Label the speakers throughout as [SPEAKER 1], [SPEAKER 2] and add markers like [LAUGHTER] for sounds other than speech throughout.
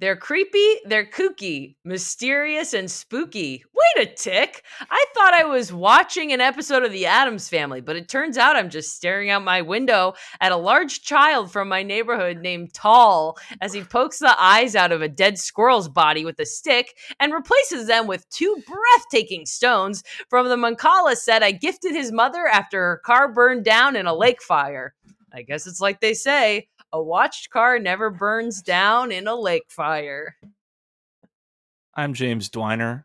[SPEAKER 1] They're creepy, they're kooky, mysterious, and spooky. Wait a tick! I thought I was watching an episode of The Addams Family, but it turns out I'm just staring out my window at a large child from my neighborhood named Tall as he pokes the eyes out of a dead squirrel's body with a stick and replaces them with two breathtaking stones from the Mancala set I gifted his mother after her car burned down in a lake fire. I guess it's like they say a watched car never burns down in a lake fire. [LAUGHS]
[SPEAKER 2] I'm James Dwiner.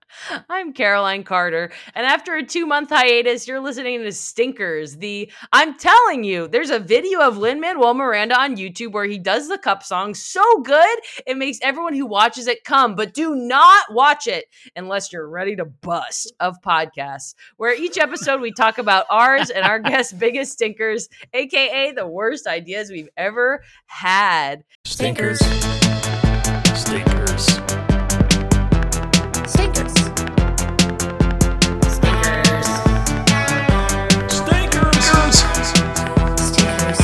[SPEAKER 1] I'm Caroline Carter, and after a two month hiatus, you're listening to Stinkers. The I'm telling you, there's a video of Lin Manuel Miranda on YouTube where he does the cup song so good it makes everyone who watches it come. But do not watch it unless you're ready to bust of podcasts, where each episode we talk about ours and our guests' biggest stinkers, aka the worst ideas we've ever had.
[SPEAKER 2] Stinkers. Stinkers.
[SPEAKER 3] Stinkers. Stinkers.
[SPEAKER 4] Stinkers.
[SPEAKER 3] Stinkers.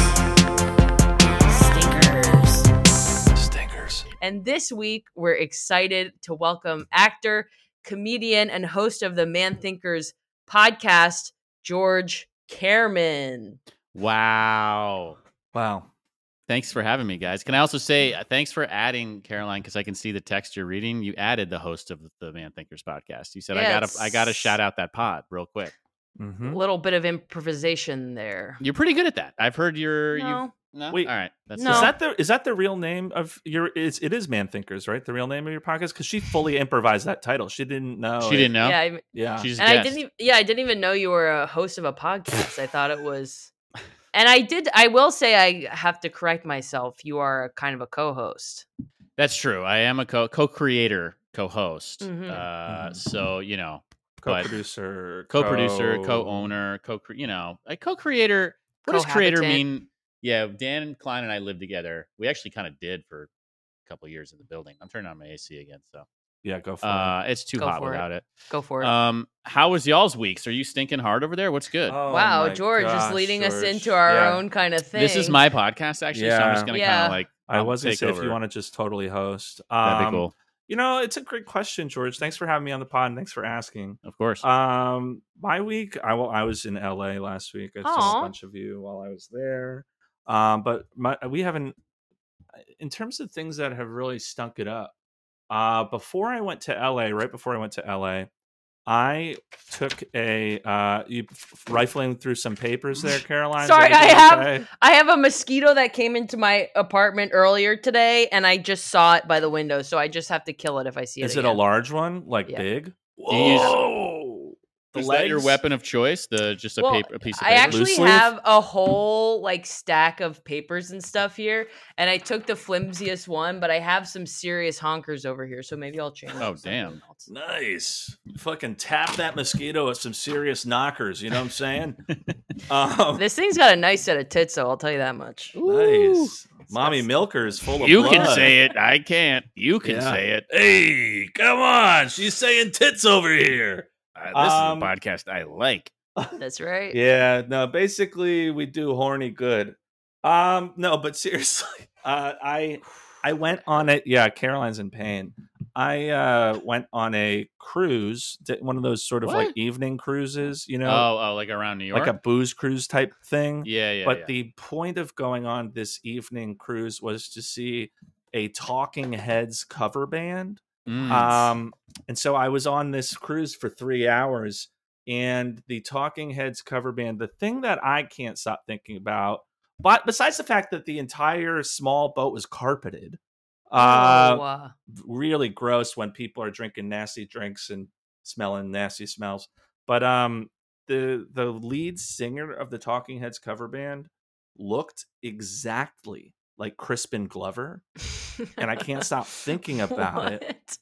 [SPEAKER 3] Stinkers.
[SPEAKER 2] Stinkers.
[SPEAKER 1] And this week, we're excited to welcome actor, comedian, and host of the Man Thinkers podcast, George Kerman.
[SPEAKER 5] Wow.
[SPEAKER 2] Wow.
[SPEAKER 5] Thanks for having me, guys. Can I also say uh, thanks for adding Caroline because I can see the text you're reading. You added the host of the Man Thinkers podcast. You said I gotta I gotta
[SPEAKER 1] Yes.
[SPEAKER 5] shout out that pod real quick.
[SPEAKER 1] A
[SPEAKER 2] Mm-hmm.
[SPEAKER 1] little bit of improvisation there.
[SPEAKER 5] You're pretty good at that. I've heard your
[SPEAKER 1] No,
[SPEAKER 5] you no?
[SPEAKER 2] Wait.
[SPEAKER 5] all right. That's
[SPEAKER 1] No.
[SPEAKER 2] Is that the is that the real name of your? It's, it is Man Thinkers, right? The real name of your podcast because she fully improvised that title. She didn't know.
[SPEAKER 5] she
[SPEAKER 2] it.
[SPEAKER 5] didn't know.
[SPEAKER 1] Oh, yeah, I, and
[SPEAKER 2] Yeah.
[SPEAKER 5] She just
[SPEAKER 1] I
[SPEAKER 5] guessed.
[SPEAKER 1] didn't. Even, yeah, I didn't even know you were a host of a podcast. I thought it was, and I did. I will say I have to correct myself. You are a kind of a co-host.
[SPEAKER 5] That's true. I am a co co creator, co host.
[SPEAKER 1] Mhm.
[SPEAKER 5] Uh,
[SPEAKER 2] Mhm.
[SPEAKER 5] so you know, but-
[SPEAKER 2] co-producer,
[SPEAKER 5] co
[SPEAKER 1] Oh.
[SPEAKER 5] producer, co owner, co you know, a co creator. What does creator
[SPEAKER 1] Cohabitant.
[SPEAKER 5] mean? Yeah, Dan Klein and I lived together. We actually kind of did for a couple years in the building. I'm turning on my AC again, so
[SPEAKER 2] Yeah, go for
[SPEAKER 5] Uh, it's too
[SPEAKER 1] Go
[SPEAKER 5] hot
[SPEAKER 1] for it.
[SPEAKER 5] without it.
[SPEAKER 1] Go for it.
[SPEAKER 5] Um, how was y'all's weeks? Are you stinking hard over there? What's
[SPEAKER 2] it.
[SPEAKER 5] good?
[SPEAKER 2] Oh
[SPEAKER 1] wow,
[SPEAKER 2] my
[SPEAKER 1] George
[SPEAKER 2] gosh,
[SPEAKER 1] is leading us
[SPEAKER 2] George.
[SPEAKER 1] into our
[SPEAKER 2] Yeah.
[SPEAKER 1] own kind of thing.
[SPEAKER 5] this is my podcast, actually. So I'm just
[SPEAKER 2] Yeah.
[SPEAKER 5] gonna
[SPEAKER 1] Yeah.
[SPEAKER 5] kind of like
[SPEAKER 2] I
[SPEAKER 5] I'll
[SPEAKER 2] was gonna
[SPEAKER 5] take
[SPEAKER 2] say if you
[SPEAKER 5] over.
[SPEAKER 2] want to just totally host. um,
[SPEAKER 5] that'd be cool.
[SPEAKER 2] You know, it's a great question, George. Thanks for having me on the pod. And thanks for asking.
[SPEAKER 5] Of course.
[SPEAKER 1] uh,
[SPEAKER 2] Um, my week, I well, I was in LA last week. I saw
[SPEAKER 1] Aw.
[SPEAKER 2] a bunch of you while I was there. Um, but my we haven't uh, in terms of things that have really stunk it up. Uh, before I went to LA, right before I went to LA, I took a uh, you rifling through some papers
[SPEAKER 5] [LAUGHS]
[SPEAKER 2] there, Caroline. Is
[SPEAKER 1] Sorry,
[SPEAKER 2] everything
[SPEAKER 1] I have-
[SPEAKER 2] okay?
[SPEAKER 1] I have a mosquito that came into my apartment earlier today, and I just saw it by the window, so I just have to kill it if I see it.
[SPEAKER 2] Is it a
[SPEAKER 1] again.
[SPEAKER 2] large one, like
[SPEAKER 1] Yeah.
[SPEAKER 2] big?
[SPEAKER 5] Do you use-
[SPEAKER 2] Whoa! The
[SPEAKER 5] Is that your
[SPEAKER 2] legs?
[SPEAKER 5] weapon of choice? The just a
[SPEAKER 1] Well,
[SPEAKER 5] paper, a piece of
[SPEAKER 1] I
[SPEAKER 5] paper.
[SPEAKER 1] actually
[SPEAKER 2] Loose leaf?
[SPEAKER 1] have a whole like stack of papers and stuff here, and I took the flimsiest one, but I have some serious honkers over here, so maybe I'll change.
[SPEAKER 5] Oh,
[SPEAKER 1] to something
[SPEAKER 5] damn.
[SPEAKER 1] else.
[SPEAKER 2] Nice. Fucking tap that mosquito with some serious knockers. You know what I'm
[SPEAKER 5] [LAUGHS]
[SPEAKER 2] saying? um,
[SPEAKER 1] This thing's got a nice set of tits, though. I'll tell you that much.
[SPEAKER 5] Ooh.
[SPEAKER 2] nice. Mommy Milker is full of
[SPEAKER 5] You
[SPEAKER 2] blood.
[SPEAKER 5] can say it. I can't. You can
[SPEAKER 2] Yeah.
[SPEAKER 5] say it.
[SPEAKER 2] Hey, come on. She's saying tits over here.
[SPEAKER 5] Uh, this
[SPEAKER 2] Um,
[SPEAKER 5] is a podcast I like.
[SPEAKER 1] That's right.
[SPEAKER 2] Yeah, no, basically we do horny good. Um, no, but [LAUGHS] seriously, uh, I I went on it. Yeah, Caroline's in pain. I uh went on a cruise, di- one of those sort of like
[SPEAKER 5] What?
[SPEAKER 2] evening cruises, you know,
[SPEAKER 5] Oh, oh, like around New York.
[SPEAKER 2] like a booze cruise type thing.
[SPEAKER 5] yeah, yeah.
[SPEAKER 2] but
[SPEAKER 5] yeah.
[SPEAKER 2] the point of going on this evening cruise was to see a Talking Heads cover band.
[SPEAKER 5] Mm.
[SPEAKER 2] Um, and so I was on this cruise for three hours, and the Talking Heads cover band, the thing that I can't stop thinking about, but besides the fact that the entire small boat was carpeted, uh,
[SPEAKER 1] Oh, uh,
[SPEAKER 2] really gross when people are drinking nasty drinks and smelling nasty smells. But um the the lead singer of the Talking Heads cover band looked exactly like Crispin Glover. And I can't stop
[SPEAKER 1] [LAUGHS]
[SPEAKER 2] thinking about it.
[SPEAKER 1] What?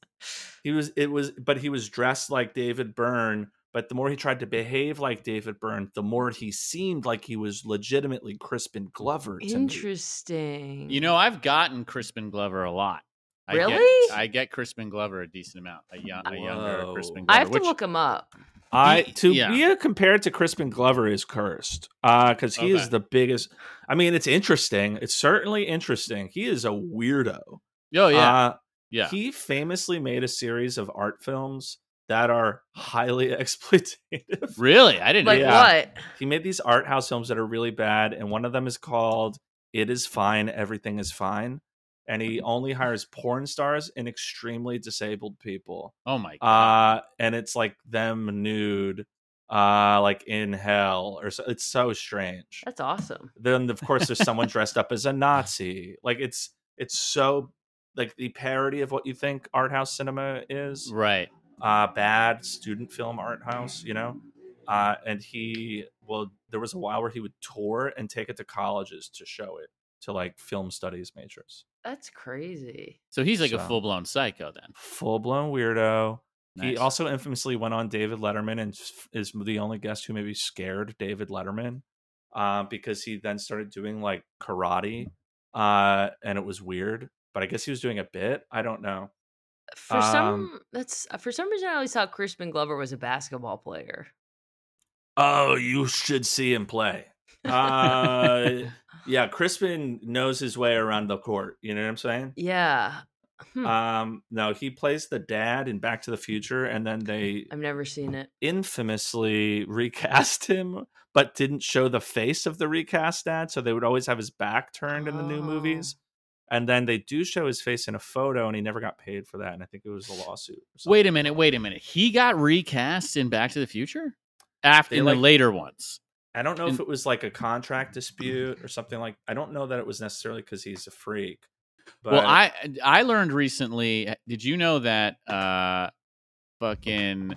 [SPEAKER 2] He was it was but he was dressed like David Byrne, but the more he tried to behave like David Byrne, the more he seemed like he was legitimately Crispin Glover to me.
[SPEAKER 1] Interesting.
[SPEAKER 5] you know, I've gotten Crispin Glover a lot. I
[SPEAKER 1] Really?
[SPEAKER 5] Get, I get Crispin Glover a decent amount. A, young, a younger
[SPEAKER 2] Whoa.
[SPEAKER 5] Crispin Glover.
[SPEAKER 1] I have to
[SPEAKER 5] which-
[SPEAKER 1] look him up.
[SPEAKER 2] I
[SPEAKER 5] He-
[SPEAKER 2] to
[SPEAKER 5] yeah.
[SPEAKER 2] be compared to Crispin Glover is cursed because he is
[SPEAKER 5] Okay.
[SPEAKER 2] the biggest. I mean, it's interesting. It's certainly interesting. He is a weirdo.
[SPEAKER 5] Oh yeah.
[SPEAKER 2] Uh,
[SPEAKER 5] Yeah.
[SPEAKER 2] He famously made a series of art films that are highly [LAUGHS] exploitative.
[SPEAKER 5] really? I didn't
[SPEAKER 1] Like
[SPEAKER 5] know.
[SPEAKER 2] Yeah.
[SPEAKER 1] what?
[SPEAKER 2] He made these art house films that are really bad, and one of them is called It Is Fine, Everything Is Fine. And he
[SPEAKER 5] Mm-hmm.
[SPEAKER 2] only hires porn stars and extremely disabled people.
[SPEAKER 5] Oh my god.
[SPEAKER 2] Uh, and it's like them nude, uh, like in hell, or so, it's so strange.
[SPEAKER 1] That's awesome.
[SPEAKER 2] Then of course there's someone dressed up as a Nazi. Like it's it's so like the parody of what you think art house cinema is
[SPEAKER 5] right.
[SPEAKER 2] uh, bad student film art house, you know. Uh, and he, well, there was a while where he would tour and take it to colleges to show it to like film studies majors.
[SPEAKER 1] That's crazy.
[SPEAKER 5] So he's like a
[SPEAKER 2] So-
[SPEAKER 5] full blown psycho then.
[SPEAKER 2] Full blown weirdo. He
[SPEAKER 5] Nice.
[SPEAKER 2] also infamously went on David Letterman and f- is the only guest who maybe scared David Letterman uh, because he then started doing like karate uh, and it was weird. But I guess he was doing a bit. I don't know.
[SPEAKER 1] For
[SPEAKER 2] Um,
[SPEAKER 1] some that's uh, for some reason I always thought Crispin Glover was a basketball player.
[SPEAKER 2] Oh, you should see him play. Uh, yeah, Crispin knows his way around the court. You know what I'm saying?
[SPEAKER 1] yeah. Hmm.
[SPEAKER 2] Um, no, he plays the dad in Back to the Future, and then they
[SPEAKER 1] I've never seen it.
[SPEAKER 2] infamously [LAUGHS] recast him, but didn't show the face of the recast dad, so they would always have his back turned in the new
[SPEAKER 1] Oh.
[SPEAKER 2] movies. And then they do show his face in a photo, and he never got paid for that. And I think it was a lawsuit. Or something.
[SPEAKER 5] Wait a minute, wait a minute. He got recast in Back to the Future? After
[SPEAKER 2] They,
[SPEAKER 5] in
[SPEAKER 2] like-
[SPEAKER 5] the later ones.
[SPEAKER 2] I don't know if
[SPEAKER 5] And-
[SPEAKER 2] it was like a contract dispute or something like. I don't know that it was necessarily because he's a freak. But
[SPEAKER 5] well, I I learned recently. Did you know that uh fucking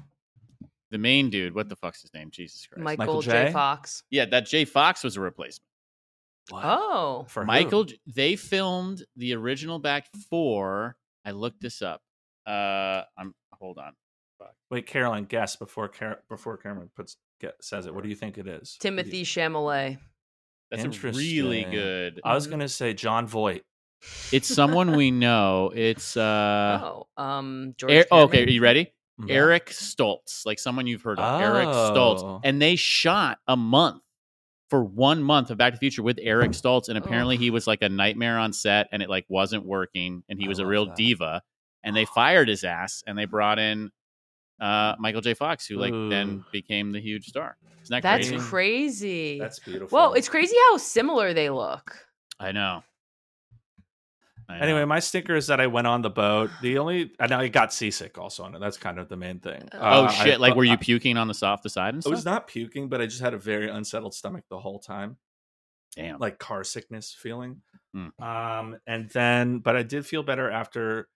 [SPEAKER 5] the main dude, what the fuck's his name? Jesus Christ.
[SPEAKER 1] Michael,
[SPEAKER 2] Michael
[SPEAKER 1] J.
[SPEAKER 2] J?
[SPEAKER 1] Fox.
[SPEAKER 5] Yeah, that Jay Fox was a replacement.
[SPEAKER 2] Uh,
[SPEAKER 1] Oh.
[SPEAKER 2] for who?
[SPEAKER 5] Michael, J- they filmed the original back four. I looked this up. Uh, I'm hold on.
[SPEAKER 2] Wait, Caroline, guess before Car- before Cameron puts get, says it. What do you think it is?
[SPEAKER 1] Timothy Chalamet.
[SPEAKER 5] That's a really
[SPEAKER 2] Interesting.
[SPEAKER 5] good.
[SPEAKER 2] I was gonna say John Voight.
[SPEAKER 5] It's someone we know. It's uh.
[SPEAKER 1] oh, um George
[SPEAKER 5] Er- oh, okay, are
[SPEAKER 1] Cameron?
[SPEAKER 5] you ready?
[SPEAKER 2] Mhm.
[SPEAKER 5] Eric Stoltz, like someone you've heard of. Eric
[SPEAKER 2] Oh.
[SPEAKER 5] Stoltz, and they shot a month for one month of Back to the Future with Eric Stoltz, and apparently
[SPEAKER 1] Oh.
[SPEAKER 5] he was like a nightmare on set, and it like wasn't working, and he
[SPEAKER 2] I
[SPEAKER 5] was a
[SPEAKER 2] love
[SPEAKER 5] real
[SPEAKER 2] that.
[SPEAKER 5] diva, and they fired his ass, and they brought in uh, Michael J. Fox, who like then
[SPEAKER 2] Ooh.
[SPEAKER 5] became the huge star. Isn't that
[SPEAKER 1] That's
[SPEAKER 5] crazy?
[SPEAKER 2] Green.
[SPEAKER 1] crazy.
[SPEAKER 2] That's beautiful.
[SPEAKER 1] Whoa, it's crazy how similar they look.
[SPEAKER 5] I know. I know.
[SPEAKER 2] Anyway, my stinker is that I went on the boat. The only and I got seasick also on it. That's kind of the main thing. Uh,
[SPEAKER 1] Oh,
[SPEAKER 5] oh
[SPEAKER 2] I-
[SPEAKER 5] shit! like, were you
[SPEAKER 2] I,
[SPEAKER 5] puking on the soft the side and
[SPEAKER 2] I
[SPEAKER 5] stuff?
[SPEAKER 2] was not puking, but I just had a very unsettled stomach the whole time.
[SPEAKER 5] Damn.
[SPEAKER 2] like car sickness feeling.
[SPEAKER 5] Mm.
[SPEAKER 2] Um, and then, but I did feel better after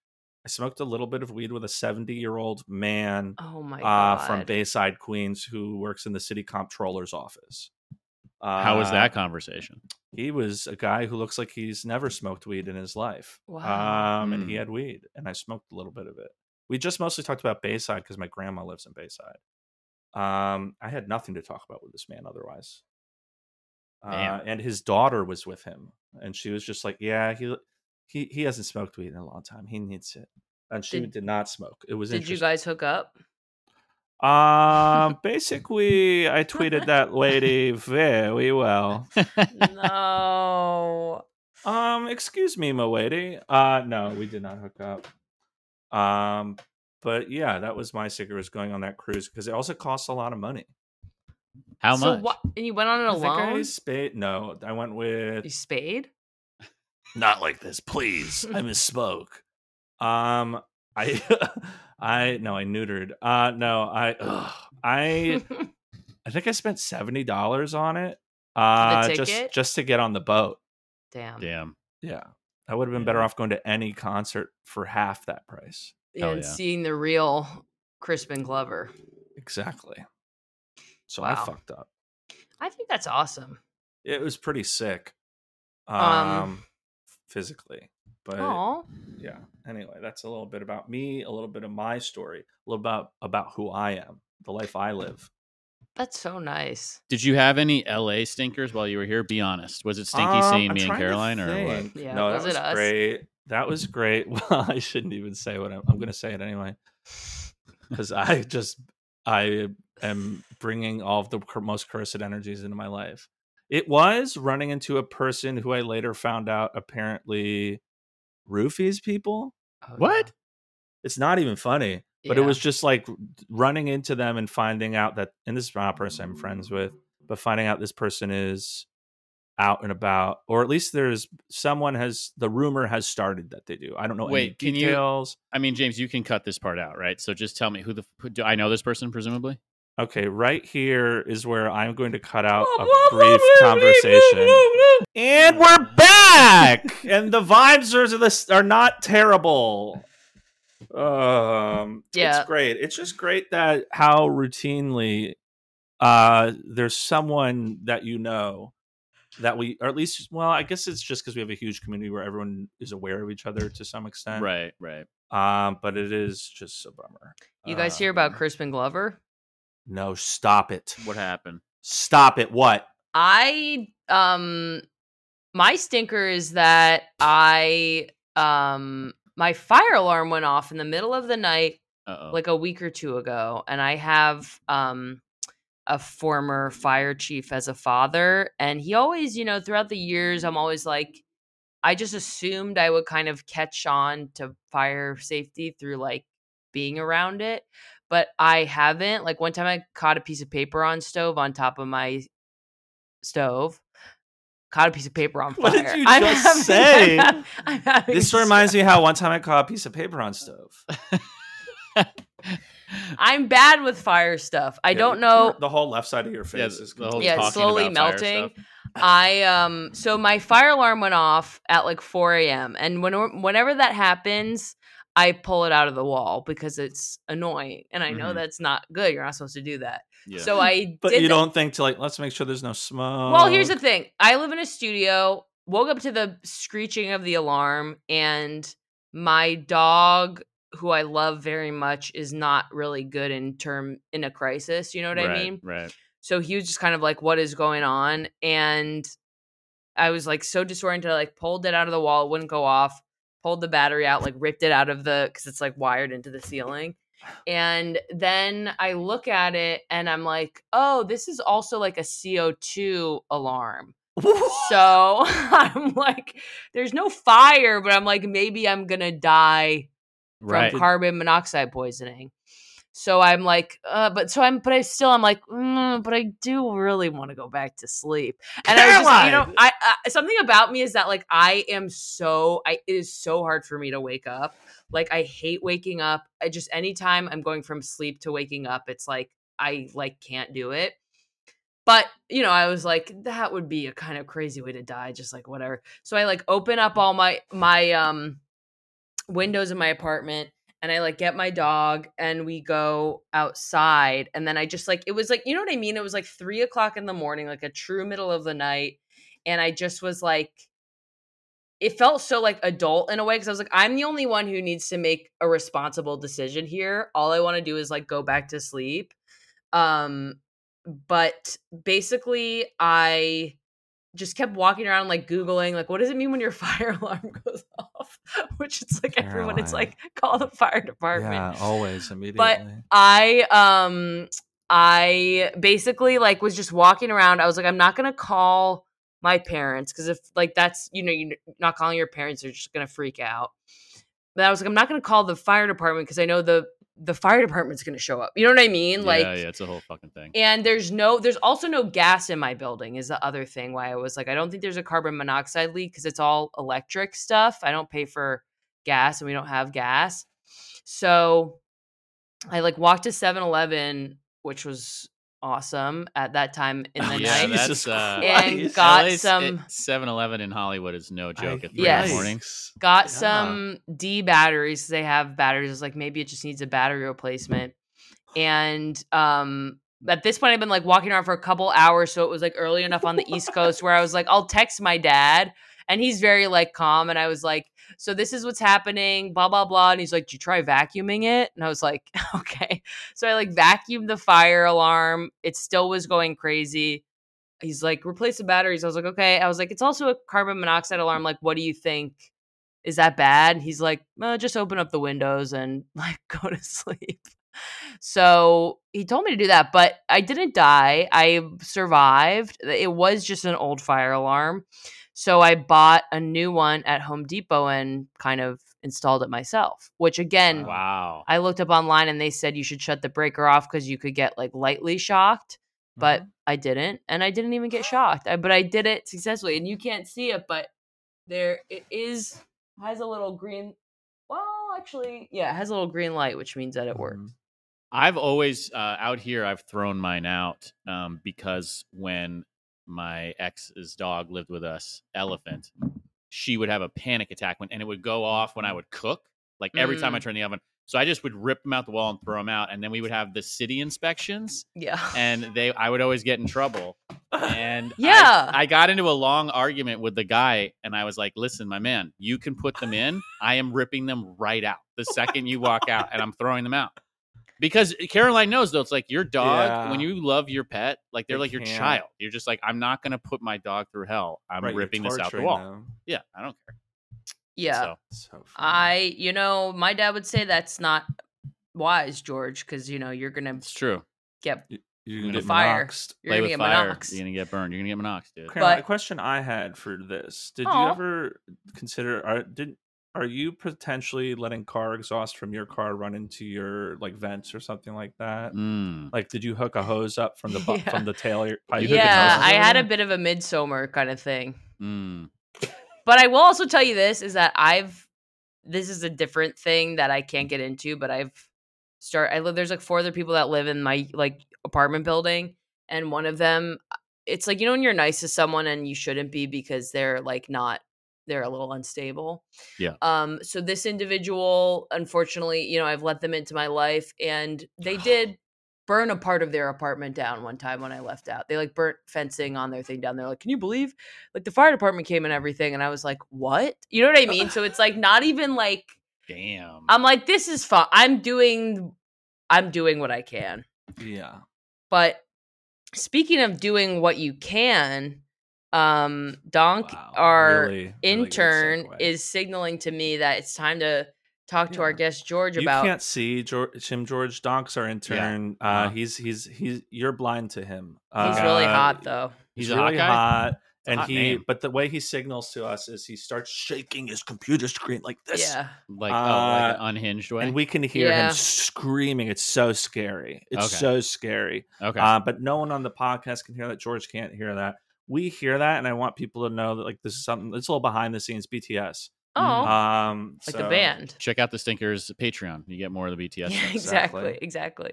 [SPEAKER 2] I smoked a little bit of weed with a 70 year old man
[SPEAKER 1] Oh my
[SPEAKER 2] uh,
[SPEAKER 1] god.
[SPEAKER 2] from Bayside, Queens, who works in the city comptroller's office. Uh,
[SPEAKER 5] How was that conversation?
[SPEAKER 2] He was a guy who looks like he's never smoked weed in his life.
[SPEAKER 1] Wow. Hmm.
[SPEAKER 2] Um, And he
[SPEAKER 5] Mm.
[SPEAKER 2] had weed, and I smoked a little bit of it. We just mostly talked about Bayside because my grandma lives in Bayside. Um, I had nothing to talk about with this man otherwise. Uh,
[SPEAKER 5] Damn.
[SPEAKER 2] and his daughter was with him, and she was just like, "Yeah, he he he hasn't smoked weed in a long time. He needs it." And she
[SPEAKER 1] Did-
[SPEAKER 2] did, not smoke. It was
[SPEAKER 1] Did you guys hook up?
[SPEAKER 2] Um,
[SPEAKER 1] [LAUGHS]
[SPEAKER 2] basically, I tweeted that lady very well.
[SPEAKER 1] no.
[SPEAKER 2] Um, excuse me, my lady. Uh, no, we did not hook up. Um, but yeah, that was my sticker was going on that cruise because it also costs a lot of money.
[SPEAKER 5] How
[SPEAKER 1] so
[SPEAKER 5] much?
[SPEAKER 1] What, and you went on it
[SPEAKER 2] I think I
[SPEAKER 1] alone?
[SPEAKER 2] spa- no, I went
[SPEAKER 1] You
[SPEAKER 2] with
[SPEAKER 1] spayed?
[SPEAKER 2] not like this, please. [LAUGHS] I misspoke. Um, I, [LAUGHS] I no, I neutered. Uh, no, I, ugh, [LAUGHS] I, I think I spent seventy dollars on it. Uh,
[SPEAKER 1] ticket?
[SPEAKER 2] just just to get on the boat.
[SPEAKER 1] [LAUGHS] Damn.
[SPEAKER 5] Damn.
[SPEAKER 2] Yeah. I would have been better off going to any concert for half that price.
[SPEAKER 5] Hell
[SPEAKER 1] And
[SPEAKER 5] yeah.
[SPEAKER 1] seeing the real Crispin Glover.
[SPEAKER 2] Exactly. So I
[SPEAKER 1] Wow.
[SPEAKER 2] fucked up.
[SPEAKER 1] I think that's awesome.
[SPEAKER 2] It was pretty sick. Um,
[SPEAKER 1] Um,
[SPEAKER 2] physically. But
[SPEAKER 1] Oh,
[SPEAKER 2] yeah. Anyway, that's a little bit about me, a little bit of my story, a little about about who I am, the life I live.
[SPEAKER 1] that's so nice.
[SPEAKER 5] Did you have any LA stinkers while you were here? Be honest. Was it stinky
[SPEAKER 2] Um,
[SPEAKER 5] seeing
[SPEAKER 2] I'm
[SPEAKER 5] me and
[SPEAKER 2] trying to
[SPEAKER 5] Caroline or what?
[SPEAKER 2] think.
[SPEAKER 1] Yeah,
[SPEAKER 2] no,
[SPEAKER 1] was
[SPEAKER 2] that
[SPEAKER 1] it
[SPEAKER 2] was
[SPEAKER 1] us?
[SPEAKER 2] great. That was great. [LAUGHS] Well, I shouldn't even say what I'm, I'm going to say it
[SPEAKER 5] [LAUGHS]
[SPEAKER 2] anyway, because I just I am bringing all of the cur- most cursed energies into my life. It was running into a person who I later found out apparently roofies people.
[SPEAKER 1] Oh,
[SPEAKER 5] What?
[SPEAKER 1] yeah.
[SPEAKER 2] It's not even funny. But it
[SPEAKER 1] Yeah.
[SPEAKER 2] was just like running into them and finding out that, and this is not a person I'm friends with, but finding out this person is out and about, or at least there's someone has the rumor has started that they do. I don't know
[SPEAKER 5] Wait,
[SPEAKER 2] any
[SPEAKER 5] can you-
[SPEAKER 2] details.
[SPEAKER 5] I mean, James, you can cut this part out, right? So just tell me who the who, do I know this person? Presumably,
[SPEAKER 2] Okay, right here is where I'm going to cut out
[SPEAKER 1] Blah,
[SPEAKER 2] a
[SPEAKER 1] blah, blah,
[SPEAKER 2] brief
[SPEAKER 1] blah, blah, blah,
[SPEAKER 2] conversation.
[SPEAKER 1] blah, blah.
[SPEAKER 2] And we're back, [LAUGHS] and the vibes are this are not terrible. Um,
[SPEAKER 1] Yeah.
[SPEAKER 2] it's great. It's just great that how routinely uh there's someone that you know that we, or at least, well, I guess it's just because we have a huge community where everyone is aware of each other to some extent,
[SPEAKER 5] right, right.
[SPEAKER 2] Um, but it is just a bummer.
[SPEAKER 1] You guys
[SPEAKER 2] Uh,
[SPEAKER 1] hear about Crispin Glover?
[SPEAKER 2] No, stop it.
[SPEAKER 5] What happened?
[SPEAKER 2] Stop it. What?
[SPEAKER 1] I um my stinker is that I um my fire alarm went off in the middle of the night
[SPEAKER 5] Uh oh.
[SPEAKER 1] like a week or two ago and I have um a former fire chief as a father and he always, you know, throughout the years I'm always like I just assumed I would kind of catch on to fire safety through like being around it, but I haven't. Like one time I caught a piece of paper on stove on top of my stove. Caught a piece of paper on fire.
[SPEAKER 2] [LAUGHS] What did you
[SPEAKER 1] I'm
[SPEAKER 2] just
[SPEAKER 1] having- [LAUGHS]
[SPEAKER 2] say?
[SPEAKER 1] I'm having
[SPEAKER 2] This reminds me how one time I caught a piece of paper on [LAUGHS] stove.
[SPEAKER 1] I'm bad with fire stuff. I
[SPEAKER 2] Yeah,
[SPEAKER 1] don't
[SPEAKER 2] your-
[SPEAKER 1] know.
[SPEAKER 2] The whole left side of your face
[SPEAKER 5] the-
[SPEAKER 2] is
[SPEAKER 5] the whole
[SPEAKER 2] completely-
[SPEAKER 1] Yeah, it's
[SPEAKER 5] talking
[SPEAKER 1] slowly
[SPEAKER 5] about fire stuff.
[SPEAKER 1] melting. I um so my fire alarm went off at like 4 a.m. and when whenever that happens, I pull it out of the wall because it's annoying and I know
[SPEAKER 5] Mhm.
[SPEAKER 1] that's not good. You're not supposed to do that.
[SPEAKER 5] Yeah.
[SPEAKER 1] So I
[SPEAKER 2] [LAUGHS] But
[SPEAKER 1] did
[SPEAKER 2] you
[SPEAKER 1] that.
[SPEAKER 2] don't think to like, let's make sure there's no smoke.
[SPEAKER 1] Well,
[SPEAKER 2] [LAUGHS]
[SPEAKER 1] here's the thing. I live in a studio, woke up to the screeching of the alarm, and my dog, who I love very much, is not really good in term in a crisis. You know what
[SPEAKER 5] right,
[SPEAKER 1] I mean?
[SPEAKER 5] Right.
[SPEAKER 1] So he was just kind of like, "What is going on?" And I was like so disoriented. I like pulled it out of the wall, it wouldn't go off. Pulled the battery out, like ripped it out of the because it's like wired into the ceiling. And then I look at it and I'm like, "Oh, this is also like a CO2 alarm." so [LAUGHS] I'm like, "There's no fire, but I'm like, maybe I'm gonna die."
[SPEAKER 5] Right.
[SPEAKER 1] from carbon monoxide poisoning. So I'm like, uh, but so I'm, but I still, I'm like, mm, but I do really want to go back to sleep. And I was just, you know,
[SPEAKER 2] Caroline!
[SPEAKER 1] I, I something about me is that like I am so, I it is so hard for me to wake up. Like I hate waking up. I just anytime I'm going from sleep to waking up, it's like I like can't do it. But you know, I was like, that would be a kind of crazy way to die. Just like whatever. So I like open up all my my um windows in my apartment and I like get my dog and we go outside. And then I just like, it was like, you know what I mean? It was like three o'clock in the morning, like a true middle of the night. And I just was like, it felt so like adult in a way because I was like, I'm the only one who needs to make a responsible decision here. All I want to do is like go back to sleep. Um, but basically, I just kept walking around like googling like what does it mean when your [LAUGHS] fire alarm goes off [LAUGHS] which it's like everyone it's
[SPEAKER 2] Caroline.
[SPEAKER 1] like [LAUGHS] call the fire department
[SPEAKER 2] Yeah, always immediately.
[SPEAKER 1] I um I basically like was just walking around. I was like, I'm not gonna call my parents because if like that's you know you're not calling your parents, they're just gonna freak out. But I was like, I'm not gonna call the fire department because I know the the fire department's gonna show up. You know what I mean?
[SPEAKER 5] yeah,
[SPEAKER 1] like
[SPEAKER 5] yeah, it's a whole fucking thing.
[SPEAKER 1] and there's no, there's also no gas in my building, is the other thing why I was like, I don't think there's a carbon monoxide leak because it's all electric stuff. I don't pay for gas and we don't have gas. So I like walked to 7 Eleven, which was awesome at that time
[SPEAKER 2] Oh,
[SPEAKER 1] in
[SPEAKER 2] [LAUGHS]
[SPEAKER 1] the
[SPEAKER 5] yeah,
[SPEAKER 1] night.
[SPEAKER 5] that's, uh,
[SPEAKER 1] And got
[SPEAKER 5] LA's
[SPEAKER 1] some-
[SPEAKER 5] 7-Eleven in Hollywood is no joke at three in
[SPEAKER 1] Yes.
[SPEAKER 5] the morning.
[SPEAKER 1] Got
[SPEAKER 2] Yeah.
[SPEAKER 1] some D batteries. 'cause They have batteries. I was like, maybe it just needs a battery replacement. And um, at this point, I've been like walking around for a couple hours. So it was like early enough on the East Coast where I was like, I'll text my dad. And he's very like calm. And I was like, so this is what's happening, blah, blah, blah. And he's like, do you try vacuuming it? And I was like, [LAUGHS] okay. So I like vacuumed the fire alarm. It still was going crazy. He's like, replace the batteries. I was like, okay. I was like, it's also a carbon monoxide alarm. Like, what do you think? Is that bad? And he's like, uh, just open up the windows and [LAUGHS] like go to sleep. So he told me to do that, but I didn't die. I survived. It was just an old fire alarm. So I bought a new one at Home Depot and kind of installed it myself, which again,
[SPEAKER 5] Wow.
[SPEAKER 1] I looked up online and they said you should shut the breaker off because you could get like lightly shocked, but I didn't, and I didn't even
[SPEAKER 5] [GASPS]
[SPEAKER 1] get shocked. I, but I did it successfully, and you can't see it, but there it is has a little green. Well, actually, yeah, it has a little green light, which means that it
[SPEAKER 5] Mm-hmm.
[SPEAKER 1] worked.
[SPEAKER 2] Mhm.
[SPEAKER 5] I've always uh, out here. I've thrown mine out um, because when my ex's dog lived with us, Elephant, she would have a panic attack when, and it would go off when I would cook. Like every time I turn the oven, so I just would rip them out the wall and throw them out, and then we would have the city inspections,
[SPEAKER 1] Yeah,
[SPEAKER 5] and they I would always get in trouble.
[SPEAKER 1] [LAUGHS]
[SPEAKER 5] And I-
[SPEAKER 1] Yeah.
[SPEAKER 5] I, got into a long argument with the guy, and I was like, "Listen, my man, you can put them in. I am ripping them right out
[SPEAKER 1] [LAUGHS]
[SPEAKER 5] the second you walk out, and I'm throwing them out." Because Caroline knows though, it's like your dog.
[SPEAKER 2] Yeah.
[SPEAKER 5] When you love your pet, like they're
[SPEAKER 2] They
[SPEAKER 5] like your
[SPEAKER 2] can't.
[SPEAKER 5] child. You're just like, I'm not gonna put my dog through hell. I'm
[SPEAKER 2] Right, you're
[SPEAKER 5] ripping this out the
[SPEAKER 2] torturing
[SPEAKER 5] wall.
[SPEAKER 2] them.
[SPEAKER 5] Yeah, I don't care.
[SPEAKER 1] [LAUGHS] yeah.
[SPEAKER 5] So
[SPEAKER 2] So funny.
[SPEAKER 1] I, you know, my dad would say that's not wise, George, because you know you're gonna
[SPEAKER 5] it's true.
[SPEAKER 1] get
[SPEAKER 2] you're
[SPEAKER 5] I'm
[SPEAKER 2] gonna
[SPEAKER 5] gonna
[SPEAKER 2] get
[SPEAKER 1] fire.
[SPEAKER 2] moxed.
[SPEAKER 1] you're
[SPEAKER 5] Play
[SPEAKER 1] gonna
[SPEAKER 5] with
[SPEAKER 1] get
[SPEAKER 5] fire.
[SPEAKER 1] monoxed.
[SPEAKER 5] You're gonna get burned. You're gonna get monoxed, dude.
[SPEAKER 2] Karen,
[SPEAKER 1] But-
[SPEAKER 2] a question I had for this: Did
[SPEAKER 1] Aw.
[SPEAKER 2] you ever consider? Are did are you potentially letting car exhaust from your car run into your like vents or something like that?
[SPEAKER 5] Mm.
[SPEAKER 2] Like, did you hook a hose up
[SPEAKER 1] [LAUGHS]
[SPEAKER 2] from the bu-
[SPEAKER 1] Yeah.
[SPEAKER 2] from the tail? of your- pipe?
[SPEAKER 5] hook
[SPEAKER 1] yeah,
[SPEAKER 5] houses
[SPEAKER 1] I
[SPEAKER 5] over
[SPEAKER 1] had a
[SPEAKER 5] there?
[SPEAKER 1] bit of a midsummer kind of thing.
[SPEAKER 5] Mm.
[SPEAKER 1] But I will also tell you this is that I've this is a different thing that I can't get into, but I've start I live there's like four other people that live in my like apartment building and one of them uh, it's like you know when you're nice to someone and you shouldn't be because they're like not they're a little unstable.
[SPEAKER 5] Yeah.
[SPEAKER 1] Um so this individual unfortunately, you know, I've let them into my life and they did burn a part of their apartment down one time when I left out. They like burnt fencing on their thing down. They're like, "Can you believe like the fire department came and everything?" And I was like, "What?" You know what I mean? So it's like not even like
[SPEAKER 5] Damn.
[SPEAKER 1] I'm like, this is fun. I'm doing I'm doing what I can.
[SPEAKER 2] Yeah.
[SPEAKER 1] But speaking of doing what you can, um Donk
[SPEAKER 2] Wow,
[SPEAKER 1] our
[SPEAKER 2] really- really good
[SPEAKER 1] intern
[SPEAKER 2] segue.
[SPEAKER 1] is signaling to me that it's time to talk to our
[SPEAKER 2] Yeah.
[SPEAKER 1] guest George
[SPEAKER 2] You
[SPEAKER 1] about
[SPEAKER 2] can't see George, Jim George Donks, our intern. Uh,
[SPEAKER 5] Uh-huh.
[SPEAKER 2] he's he's he's you're blind to him.
[SPEAKER 1] He's
[SPEAKER 2] Uh,
[SPEAKER 1] really hot though.
[SPEAKER 5] He's
[SPEAKER 2] He's,
[SPEAKER 5] a hot
[SPEAKER 2] really
[SPEAKER 5] guy?
[SPEAKER 2] hot,
[SPEAKER 5] a
[SPEAKER 2] and
[SPEAKER 5] hot
[SPEAKER 2] he.
[SPEAKER 5] name.
[SPEAKER 2] But the way he signals to us is he starts shaking his computer screen like this,
[SPEAKER 1] Yeah.
[SPEAKER 5] like, oh, like
[SPEAKER 2] uh,
[SPEAKER 5] an unhinged way.
[SPEAKER 2] and we can hear
[SPEAKER 1] Yeah.
[SPEAKER 2] him screaming. It's so scary. It's
[SPEAKER 5] Okay.
[SPEAKER 2] so scary.
[SPEAKER 5] okay.
[SPEAKER 2] Uh, but no one on the podcast can hear that. George can't hear that. We hear that, and I want people to know that like this is something. It's a little behind the scenes. BTS,
[SPEAKER 1] Oh,
[SPEAKER 5] Mm.
[SPEAKER 1] like
[SPEAKER 2] um,
[SPEAKER 1] the
[SPEAKER 2] so-
[SPEAKER 1] band. [LAUGHS]
[SPEAKER 5] Check out the Stinkers Patreon. You get more of the BTS.
[SPEAKER 1] yeah, [LAUGHS]
[SPEAKER 5] stuff.
[SPEAKER 1] exactly, exactly.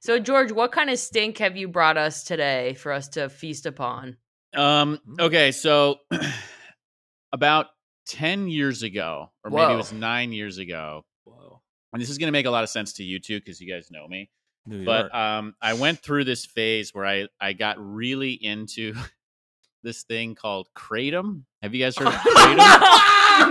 [SPEAKER 1] So, George, what kind of stink have you brought us today for us to feast upon?
[SPEAKER 5] Um,
[SPEAKER 2] Mm.
[SPEAKER 5] okay, so [CLEARS THROAT] about 10 years ago, or maybe it
[SPEAKER 1] Whoa.
[SPEAKER 5] was nine years ago,
[SPEAKER 2] Whoa,
[SPEAKER 5] and this is going to make a lot of sense to you too, because you guys know me.
[SPEAKER 2] New York.
[SPEAKER 5] But um, I went through this phase where I, I got really into [LAUGHS] this thing called Kratom. Have you guys heard of
[SPEAKER 2] [LAUGHS]
[SPEAKER 5] Kratom?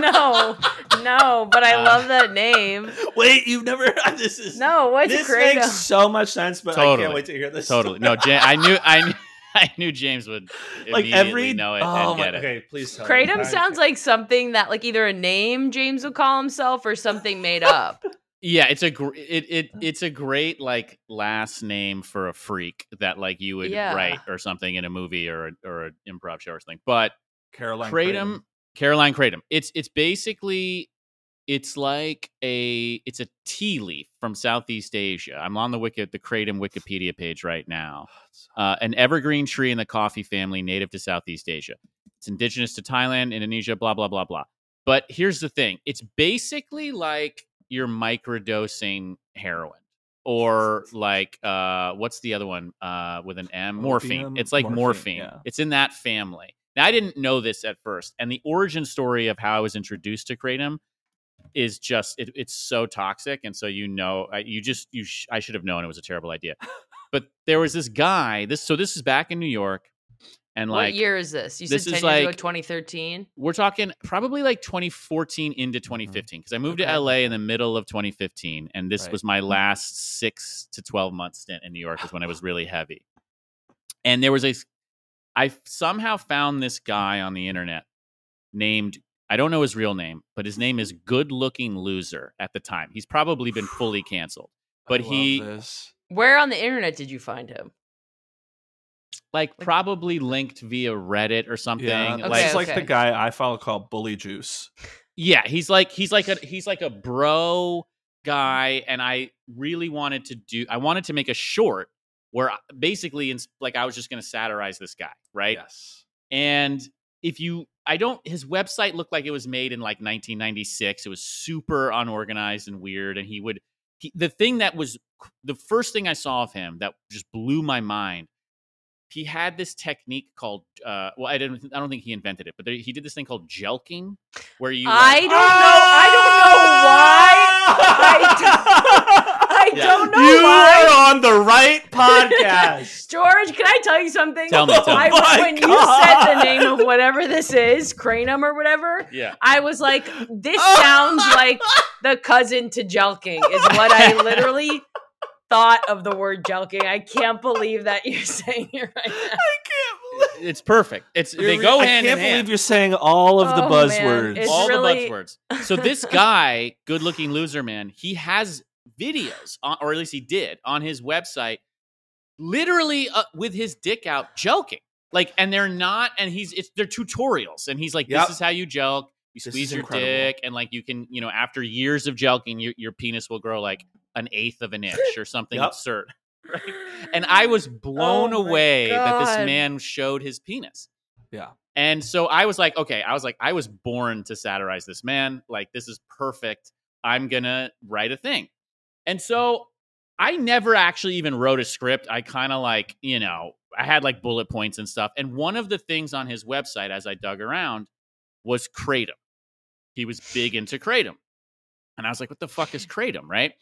[SPEAKER 1] [LAUGHS] no, no, but I
[SPEAKER 5] Uh,
[SPEAKER 1] love that name.
[SPEAKER 2] Wait, you've never. [LAUGHS] This is
[SPEAKER 1] No, what's
[SPEAKER 2] this
[SPEAKER 1] Kratom?
[SPEAKER 2] makes so much sense, but I
[SPEAKER 5] Totally.
[SPEAKER 2] can't wait to hear this.
[SPEAKER 5] totally. No, Jam- I knew I knew, [LAUGHS] I knew James would
[SPEAKER 2] like
[SPEAKER 5] immediately
[SPEAKER 2] every
[SPEAKER 5] know it
[SPEAKER 2] oh
[SPEAKER 5] and
[SPEAKER 2] my,
[SPEAKER 5] get it.
[SPEAKER 2] okay, please. Tell me.
[SPEAKER 1] Kratom sounds like something that, like, either a name James would call himself or something made
[SPEAKER 5] [LAUGHS]
[SPEAKER 1] up.
[SPEAKER 5] Yeah, it's a gr- it, it it's a great like last name for a freak that like you would
[SPEAKER 1] Yeah.
[SPEAKER 5] write or something in a movie or a, or an improv show or something. But
[SPEAKER 2] Caroline
[SPEAKER 5] kratom, Caroline kratom. It's it's basically it's like a it's a tea leaf from Southeast Asia. I'm on the wiki the kratom Wikipedia page right now. Uh, an evergreen tree in the coffee family, native to Southeast Asia. It's indigenous to Thailand, Indonesia, blah blah blah blah. But here's the thing: it's basically like you're microdosing heroin, or like uh, what's the other one uh, with an M? Morphine.
[SPEAKER 2] Opium?
[SPEAKER 5] it's like morphine.
[SPEAKER 2] Morphine, yeah.
[SPEAKER 5] It's in that family. Now I didn't know this at first, and the origin story of how I was introduced to kratom is just it, it's so toxic, and so you know, I, you just you sh- I should have known it was a terrible idea. But there was this guy. This so this is back in New York, and
[SPEAKER 1] what
[SPEAKER 5] like
[SPEAKER 1] year is this? You
[SPEAKER 5] this
[SPEAKER 1] said
[SPEAKER 5] is
[SPEAKER 1] 10 years ago,
[SPEAKER 5] like-
[SPEAKER 1] 2013?
[SPEAKER 5] we're talking probably like 2014 into 2015 because I moved
[SPEAKER 2] Mm-hmm. Okay.
[SPEAKER 5] to LA in the middle of 2015, and this
[SPEAKER 2] Right. Mm-hmm.
[SPEAKER 5] was my last six to 12 month stint in New York was when I
[SPEAKER 2] [SIGHS]
[SPEAKER 5] was really heavy. And there was a, I somehow found this guy on the internet named I don't know his real name, but his name
[SPEAKER 2] Mm-hmm.
[SPEAKER 5] is Good Looking Loser at the time. He's probably been
[SPEAKER 2] [SIGHS]
[SPEAKER 5] fully canceled, but he
[SPEAKER 1] Where on the internet did you find him?
[SPEAKER 5] like
[SPEAKER 1] Like-
[SPEAKER 5] probably linked via Reddit or something.
[SPEAKER 2] Yeah,
[SPEAKER 1] Okay,
[SPEAKER 2] like,
[SPEAKER 5] Like
[SPEAKER 2] it's like the
[SPEAKER 1] okay.
[SPEAKER 2] guy I follow called Bully Juice.
[SPEAKER 5] yeah, he's like he's like a he's like a bro guy, and I really wanted to do I wanted to make a short where I- basically in, like I was just going to satirize this guy, right?
[SPEAKER 2] Yes.
[SPEAKER 5] And if you, I don't, his website looked like it was made in like 1996. It was super unorganized and weird. And he would, he, the thing that was c- the first thing I saw of him that just blew my mind. He had this technique called, uh, well, I didn't, I don't think he invented it, but there, he did this thing called jelking, where you, like-
[SPEAKER 1] I don't know.
[SPEAKER 2] [LAUGHS]
[SPEAKER 1] I don't know why. I, do,
[SPEAKER 5] Yeah.
[SPEAKER 1] I don't know
[SPEAKER 2] you
[SPEAKER 1] why.
[SPEAKER 2] are on the [LAUGHS] right podcast.
[SPEAKER 1] George, can I tell you something?
[SPEAKER 5] Tell me, tell me.
[SPEAKER 1] I-
[SPEAKER 2] Oh my
[SPEAKER 1] when you said the
[SPEAKER 2] God.
[SPEAKER 1] name of whatever this is, Cranum or whatever,
[SPEAKER 2] [LAUGHS]
[SPEAKER 5] yeah.
[SPEAKER 1] I was like, this
[SPEAKER 2] Oh."
[SPEAKER 1] sounds like the cousin to jelking, is what I literally thought of the word jelking. I can't believe that you're [LAUGHS] saying it right now.
[SPEAKER 5] It's perfect. It's, they
[SPEAKER 2] You're-
[SPEAKER 5] go
[SPEAKER 2] I
[SPEAKER 5] hand
[SPEAKER 2] can't
[SPEAKER 5] in
[SPEAKER 2] believe
[SPEAKER 5] hand.
[SPEAKER 2] you're saying all of the
[SPEAKER 1] Oh, man,
[SPEAKER 2] buzzwords.
[SPEAKER 1] it's
[SPEAKER 5] all
[SPEAKER 1] really-
[SPEAKER 5] the buzzwords.
[SPEAKER 1] [LAUGHS]
[SPEAKER 5] So this guy, good looking loser man, he has videos, on, or at least he did, on his website, literally uh, with his dick out, joking. Like, and they're not, and he's it's they're tutorials, and he's like,
[SPEAKER 2] Yep.
[SPEAKER 5] this is how you joke. You
[SPEAKER 2] This is
[SPEAKER 5] squeeze your
[SPEAKER 2] incredible.
[SPEAKER 5] dick, and like you can, you know, after years of joking, your your penis will grow like an eighth of an inch or something
[SPEAKER 2] Yep.
[SPEAKER 5] absurd. And I was blown
[SPEAKER 1] Oh my
[SPEAKER 5] away that this
[SPEAKER 1] God.
[SPEAKER 5] man showed his penis.
[SPEAKER 2] Yeah.
[SPEAKER 5] And so I was like, okay, I was like, I was born to satirize this man. Like, this is perfect. I'm going to write a thing. And so I never actually even wrote a script. I kind of like, you know, I had like bullet points and stuff. And one of the things on his website as I dug around was Kratom. He was big into Kratom. And I was like, what the fuck is Kratom, right?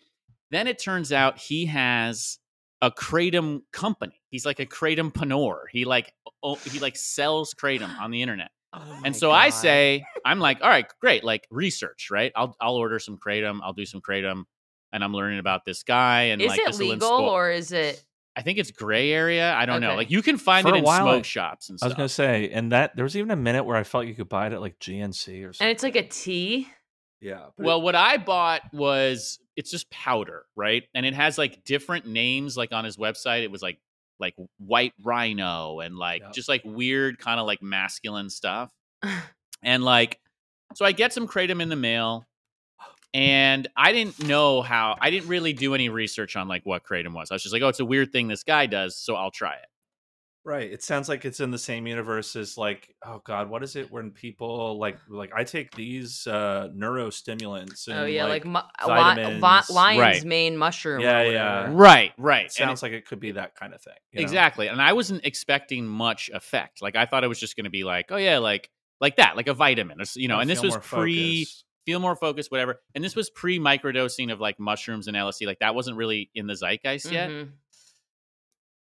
[SPEAKER 5] Then it turns out he has a Kratom company. He's like a Kratom panor. He like oh, he like sells Kratom on the internet.
[SPEAKER 2] Oh
[SPEAKER 1] Oh
[SPEAKER 5] And so I say, I'm like, all right, great, like research, right? I'll I'll order some Kratom, I'll do some Kratom, and I'm learning about this guy and
[SPEAKER 1] is
[SPEAKER 5] like
[SPEAKER 1] it
[SPEAKER 5] this will
[SPEAKER 1] legal
[SPEAKER 5] inspo-
[SPEAKER 1] or is it?
[SPEAKER 5] I think it's gray area. I don't know.
[SPEAKER 1] Okay.
[SPEAKER 5] Like you can find
[SPEAKER 2] For
[SPEAKER 5] it
[SPEAKER 2] a
[SPEAKER 5] in
[SPEAKER 2] while,
[SPEAKER 5] smoke shops and
[SPEAKER 2] I was
[SPEAKER 5] stuff.
[SPEAKER 2] gonna say, and that there was even a minute where I felt you could buy it at like GNC or something.
[SPEAKER 1] And it's like a tea.
[SPEAKER 2] yeah. but it-
[SPEAKER 5] Well, what I bought was it's just powder, right? And it has like different names like on his website. It was like like white rhino and like
[SPEAKER 2] Yep.
[SPEAKER 5] just like weird kind of like masculine
[SPEAKER 2] [LAUGHS]
[SPEAKER 5] stuff. and like so I get some kratom in the mail and I didn't know how I didn't really do any research on like what kratom was. I was just like, "Oh, it's a weird thing this guy does, so I'll try it."
[SPEAKER 2] Right. It sounds like it's in the same universe as like, oh god, what is it when people like like I take these uh neurostimulants and
[SPEAKER 1] Oh yeah, like, mu- li-
[SPEAKER 2] vitamins.
[SPEAKER 1] vi- lion's
[SPEAKER 5] Right.
[SPEAKER 1] mane mushroom. or
[SPEAKER 2] Yeah,
[SPEAKER 1] whatever.
[SPEAKER 2] yeah.
[SPEAKER 5] Right, right.
[SPEAKER 2] it
[SPEAKER 5] And
[SPEAKER 2] Uh, sounds like it could be that kind of thing. you know?
[SPEAKER 5] Exactly. And I wasn't expecting much effect. Like I thought it was just going to be like, oh yeah, like like that, like a vitamin, or, s- you know.
[SPEAKER 2] I
[SPEAKER 5] and this
[SPEAKER 2] feel
[SPEAKER 5] was
[SPEAKER 2] more
[SPEAKER 5] pre
[SPEAKER 2] focused.
[SPEAKER 5] feel more focused, whatever. And this was pre microdosing of like mushrooms and LSD. Like that wasn't really in the zeitgeist yet,
[SPEAKER 1] Mhm.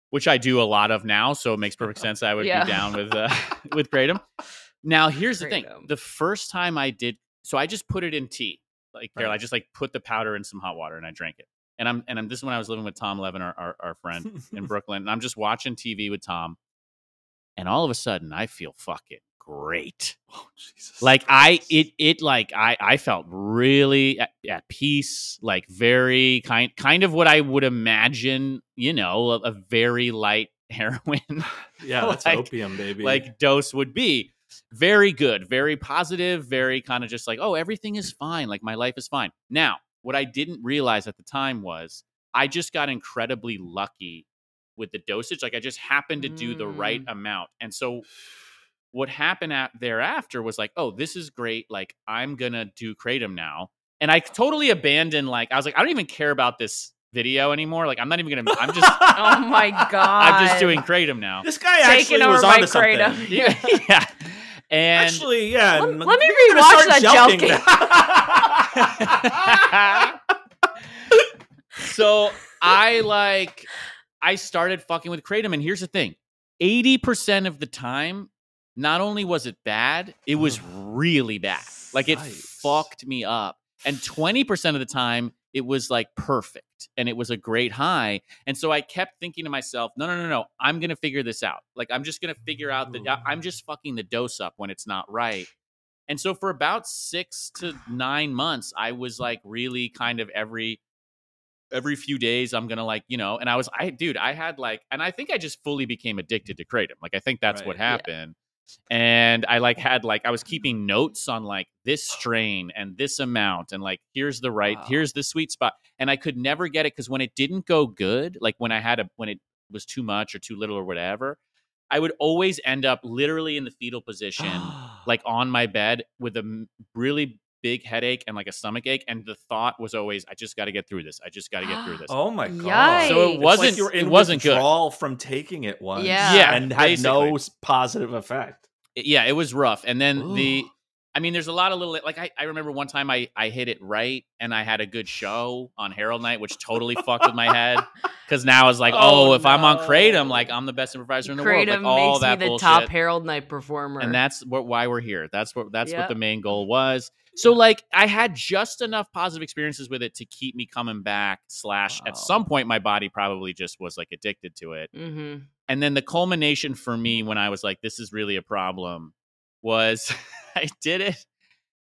[SPEAKER 5] which I do a lot of now. So it
[SPEAKER 2] [LAUGHS]
[SPEAKER 5] makes perfect sense. I would
[SPEAKER 1] Yeah.
[SPEAKER 5] be down
[SPEAKER 1] [LAUGHS]
[SPEAKER 5] with uh, [LAUGHS] with kratom. Now here's the thing:
[SPEAKER 1] Kratom.
[SPEAKER 5] the first time I did, so I just put it in tea. Like Carol,
[SPEAKER 2] Right.
[SPEAKER 5] I just like put the powder in some hot water and I drank it. And I'm and I'm this is when I was living with Tom Levin, our our, our friend
[SPEAKER 2] [LAUGHS]
[SPEAKER 5] in Brooklyn. And I'm just watching TV with Tom. And all of a sudden I feel fucking great. [LAUGHS]
[SPEAKER 2] Oh, Jesus
[SPEAKER 5] Like I
[SPEAKER 2] Christ.
[SPEAKER 5] it it like I I felt really at, at peace, like very kind kind of what I would imagine, you know, a, a very light [LAUGHS] heroin
[SPEAKER 2] Yeah, [LAUGHS] that's
[SPEAKER 5] like-
[SPEAKER 2] opium, baby.
[SPEAKER 5] like dose would be. Very good, very positive, very kind of just like, oh, everything is fine. Like my life is fine. Now, what I didn't realize at the time was I just got incredibly lucky with the dosage. Like I just happened to do the right amount. And so what happened at thereafter was like, oh, this is great. Like I'm gonna do Kratom now. And I totally abandoned like I was like, I don't even care about this video anymore. Like I'm not even gonna [LAUGHS] I'm just
[SPEAKER 1] Oh my
[SPEAKER 2] [LAUGHS]
[SPEAKER 1] god! [LAUGHS]
[SPEAKER 5] I'm just doing Kratom now. [LAUGHS]
[SPEAKER 2] this guy
[SPEAKER 1] taking
[SPEAKER 2] actually
[SPEAKER 1] over
[SPEAKER 2] was
[SPEAKER 1] my
[SPEAKER 2] onto something.
[SPEAKER 1] kratom.
[SPEAKER 5] yeah. yeah. And
[SPEAKER 2] Actually, yeah.
[SPEAKER 1] Let-
[SPEAKER 2] m-
[SPEAKER 1] let me
[SPEAKER 2] you're gonna
[SPEAKER 1] rewatch that
[SPEAKER 2] start jelking
[SPEAKER 1] jelking.
[SPEAKER 5] [LAUGHS]
[SPEAKER 2] now.
[SPEAKER 5] so I like I started fucking with kratom, and here's the thing: eighty percent of the time, not only was it bad, it was really bad. Like it
[SPEAKER 2] Mm. Yikes.
[SPEAKER 5] fucked me up. And twenty percent of the time, it was like perfect, and it was a great high. And so I kept thinking to myself, no, no, no, no, I'm gonna figure this out. Like I'm just gonna figure out that
[SPEAKER 2] Ooh.
[SPEAKER 5] I'm just fucking the dose up when it's not right. And so for about six to nine months, I was like really kind of every every few days I'm gonna like, you know, and I was I dude, I had like and I think I just fully became addicted to Kratom. Like I think that's what
[SPEAKER 2] Right. Yeah.
[SPEAKER 5] happened. and I like had like I was keeping notes on like this strain and this amount and like here's the right
[SPEAKER 1] Wow.
[SPEAKER 5] here's the sweet spot and I could never get it because when it didn't go good like when I had a when it was too much or too little or whatever I would always end up literally in the fetal
[SPEAKER 2] [LAUGHS]
[SPEAKER 5] position [LAUGHS] like on my bed with a m- really big headache and like a stomach ache and the thought was always I just got to get through this I just got to get
[SPEAKER 2] [GASPS]
[SPEAKER 5] through this
[SPEAKER 2] oh my god!
[SPEAKER 1] Yikes. So it
[SPEAKER 2] It's like
[SPEAKER 5] wasn't-
[SPEAKER 2] you were
[SPEAKER 5] it
[SPEAKER 2] in
[SPEAKER 5] wasn't good.
[SPEAKER 2] withdrawal from taking it once.
[SPEAKER 1] Yeah.
[SPEAKER 5] Yeah,
[SPEAKER 2] and had no
[SPEAKER 5] basically.
[SPEAKER 2] s- positive effect.
[SPEAKER 5] it- yeah, it was rough. And then the,
[SPEAKER 2] Ooh.
[SPEAKER 5] I mean, there's a lot of little like I, I remember one time I I hit it right and I had a good show on Herald Night, which totally fucked with my
[SPEAKER 2] [LAUGHS]
[SPEAKER 5] head because now it's like, oh,
[SPEAKER 2] Oh,
[SPEAKER 5] if I'm on
[SPEAKER 2] no.
[SPEAKER 5] Kratom, like I'm the best improviser in the
[SPEAKER 1] Kratom
[SPEAKER 5] world, like all
[SPEAKER 1] makes
[SPEAKER 5] that
[SPEAKER 1] me the
[SPEAKER 5] bullshit.
[SPEAKER 1] top Herald Night performer.
[SPEAKER 5] and that's what why we're here. That's what that's
[SPEAKER 1] Yeah.
[SPEAKER 5] what the
[SPEAKER 1] [LAUGHS]
[SPEAKER 5] main goal was. So like I had just enough positive experiences with it to keep me coming back. Slash,
[SPEAKER 1] Wow.
[SPEAKER 5] at some point, my body probably just was like addicted to it.
[SPEAKER 1] [GASPS]
[SPEAKER 2] [GASPS]
[SPEAKER 1] hmm
[SPEAKER 5] And then the culmination for me when I was like, this is really a problem was [LAUGHS] I did it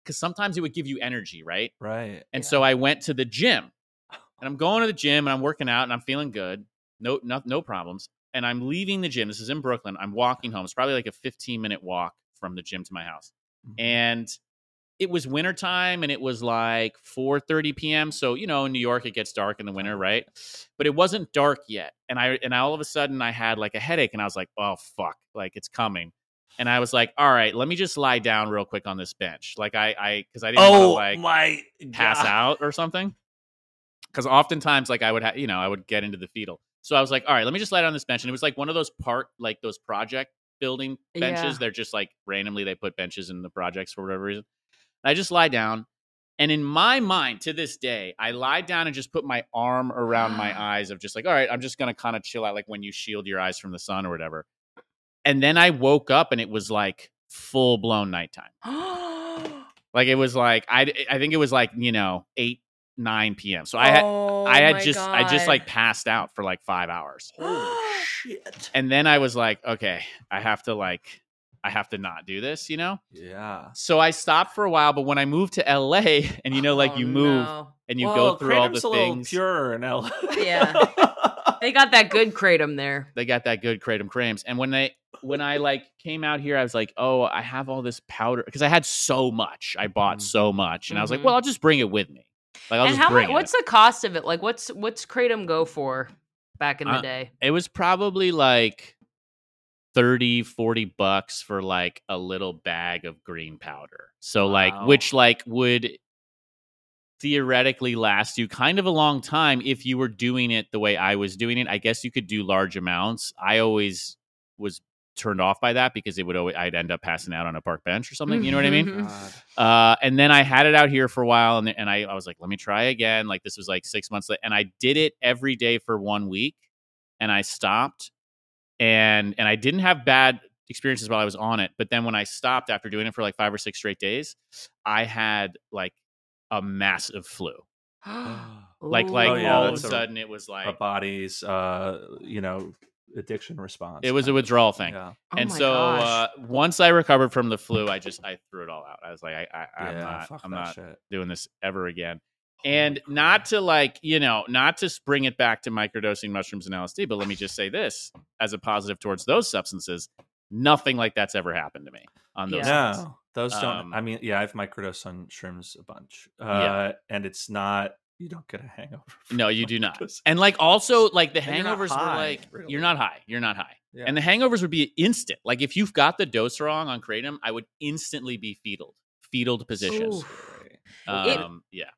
[SPEAKER 5] because sometimes it would give you energy, right?
[SPEAKER 2] Right.
[SPEAKER 5] And so I went to the gym and I'm going to the gym and I'm working out and I'm feeling good. No, no, no problems. And I'm leaving the gym. This is in Brooklyn. I'm walking home. It's probably like a 15 minute walk from the gym to my house.
[SPEAKER 2] Mm-hmm.
[SPEAKER 5] And it was wintertime and it was like 4:30 p.m. So, you know, in New York it gets dark in the winter, right? But it wasn't dark yet. And I and all of a sudden I had like a headache and I was like, "Oh fuck, like it's coming." And I was like, "All right, let me just lie down real quick on this bench." Like I I cuz I didn't want to
[SPEAKER 2] Oh
[SPEAKER 5] like
[SPEAKER 2] my!
[SPEAKER 5] pass
[SPEAKER 2] God.
[SPEAKER 5] out or something. Because oftentimes, like I would, ha- you know, I would get into the fetal. So I was like, all right, let me just lie down on this bench. And it was like one of those part, like those project building benches.
[SPEAKER 1] Yeah.
[SPEAKER 5] They're just like randomly they put benches in the projects for whatever reason. And I just lie down, and in my mind, to this day, I lie down and just put my arm around my eyes of just like, all right, I'm just gonna kind of chill out, like when you shield your eyes from the sun or whatever. And then I woke up and it was like full blown nighttime. Like it was like I I think it was like you know eight nine p.m. So I had
[SPEAKER 1] Oh
[SPEAKER 5] I had
[SPEAKER 1] my
[SPEAKER 5] just I just
[SPEAKER 1] God.
[SPEAKER 5] like passed out for like five hours,
[SPEAKER 2] [GASPS] Holy shit!
[SPEAKER 5] and then I was like, okay, I have to like I have to not do this, you know.
[SPEAKER 2] Yeah.
[SPEAKER 5] So I stopped for a while, but when I moved to L.A. [LAUGHS] and [LAUGHS] you know like
[SPEAKER 1] Oh,
[SPEAKER 5] you move
[SPEAKER 1] no.
[SPEAKER 5] and you
[SPEAKER 2] Well,
[SPEAKER 5] go through all the
[SPEAKER 2] Kratom's a little
[SPEAKER 5] things,
[SPEAKER 2] Purer in L. [LAUGHS]
[SPEAKER 1] Yeah. They got that good kratom there.
[SPEAKER 5] they got that good kratom crams. And when they when I like came out here, I was like, oh, I have all this powder because I had so much, I bought
[SPEAKER 2] Mhm.
[SPEAKER 5] so much, and I was like,
[SPEAKER 1] Mhm.
[SPEAKER 5] well, I'll just bring it with me. Like I'll
[SPEAKER 1] Mm. and
[SPEAKER 5] just
[SPEAKER 1] how
[SPEAKER 5] bring
[SPEAKER 1] much?
[SPEAKER 5] it.
[SPEAKER 1] What's the cost of it? Like, what's what's kratom go for back in the
[SPEAKER 5] Uh,
[SPEAKER 1] day?
[SPEAKER 5] it was probably like 30 40 bucks for like a little bag of green powder so like
[SPEAKER 2] Wow.
[SPEAKER 5] which like would theoretically last you kind of a long time if you were doing it the way i was doing it i guess you could do large amounts i always was turned off by that because it would always i'd end up passing out on a park bench or something you know what i
[SPEAKER 1] Mm-hmm. [LAUGHS]
[SPEAKER 5] mean
[SPEAKER 1] Mm.
[SPEAKER 2] God.
[SPEAKER 5] uh, and then I had it out here for a while, and, and I, I was like, let me try again. Like this was like six months late, and I did it every day for one week, and I stopped, and and I didn't have bad experiences while I was on it. But then when I stopped after doing it for like five or six straight days, I had like a massive flu.
[SPEAKER 2] [GASPS]
[SPEAKER 5] [GASPS]
[SPEAKER 1] [SIGHS]
[SPEAKER 5] Like like
[SPEAKER 2] Oh, yeah,
[SPEAKER 5] all of a
[SPEAKER 2] that's a-
[SPEAKER 5] sudden it was
[SPEAKER 2] a
[SPEAKER 5] like
[SPEAKER 2] body's, uh, you know, addiction response.
[SPEAKER 5] it was a withdrawal thing.
[SPEAKER 2] Yeah.
[SPEAKER 1] Oh
[SPEAKER 5] and
[SPEAKER 1] my
[SPEAKER 5] so
[SPEAKER 1] gosh.
[SPEAKER 5] uh, once I recovered from the flu, I just I threw it all out. I was like, I, I I'm
[SPEAKER 2] yeah,
[SPEAKER 5] not
[SPEAKER 2] fuck
[SPEAKER 5] I'm
[SPEAKER 2] that
[SPEAKER 5] not
[SPEAKER 2] shit.
[SPEAKER 5] doing this ever again.
[SPEAKER 2] Holy
[SPEAKER 5] and
[SPEAKER 2] crap.
[SPEAKER 5] not to like you know not to spring it back to microdosing mushrooms and lsd but let me just say this as a positive towards those substances nothing like that's ever happened to me on those
[SPEAKER 1] Yeah.
[SPEAKER 5] things.
[SPEAKER 2] No, those don't.
[SPEAKER 5] Um,
[SPEAKER 2] I mean, yeah, I've microdosed on shrooms a bunch, uh,
[SPEAKER 5] Yeah.
[SPEAKER 2] and it's not. You don't get a hangover. [LAUGHS] from
[SPEAKER 5] no you
[SPEAKER 1] [LAUGHS]
[SPEAKER 5] do not
[SPEAKER 2] microdosing.
[SPEAKER 5] and like also like the
[SPEAKER 2] And you're not
[SPEAKER 5] hangovers
[SPEAKER 2] high,
[SPEAKER 5] were like
[SPEAKER 2] really.
[SPEAKER 5] you're not high you're not high
[SPEAKER 2] Yeah.
[SPEAKER 5] and the hangovers would be instant like if you've got the dose wrong on kratom i would instantly be fetal fetal positions
[SPEAKER 1] Oof. It-
[SPEAKER 5] um yeah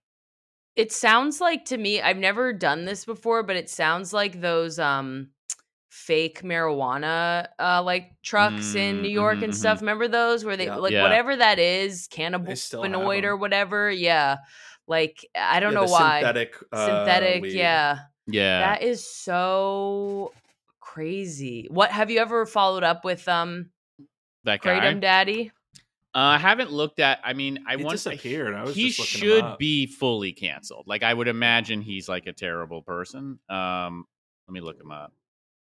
[SPEAKER 1] It sounds like to me, I've never done this before, but it sounds like those um fake marijuana uh like trucks in New
[SPEAKER 5] Mm,
[SPEAKER 1] York
[SPEAKER 5] mhm,
[SPEAKER 1] and stuff. Remember those where they
[SPEAKER 2] Yeah.
[SPEAKER 1] like
[SPEAKER 5] Yeah.
[SPEAKER 1] whatever that is,
[SPEAKER 2] still have
[SPEAKER 1] cannabinoid or
[SPEAKER 2] them.
[SPEAKER 1] whatever. Yeah. Like I don't
[SPEAKER 2] Yeah,
[SPEAKER 1] know
[SPEAKER 2] the
[SPEAKER 1] why.
[SPEAKER 2] Synthetic. uh,
[SPEAKER 1] Synthetic,
[SPEAKER 2] weed.
[SPEAKER 1] yeah.
[SPEAKER 5] yeah
[SPEAKER 1] That is so crazy. What have you ever followed up with um
[SPEAKER 5] that guy
[SPEAKER 1] Kratom Daddy?
[SPEAKER 5] Uh, I haven't looked at. I mean, I
[SPEAKER 2] He
[SPEAKER 5] want
[SPEAKER 2] disappeared. I was
[SPEAKER 5] he
[SPEAKER 2] just looking him
[SPEAKER 5] should
[SPEAKER 2] up.
[SPEAKER 5] be fully canceled. Like I would imagine he's like a terrible person. Um, let me look him up.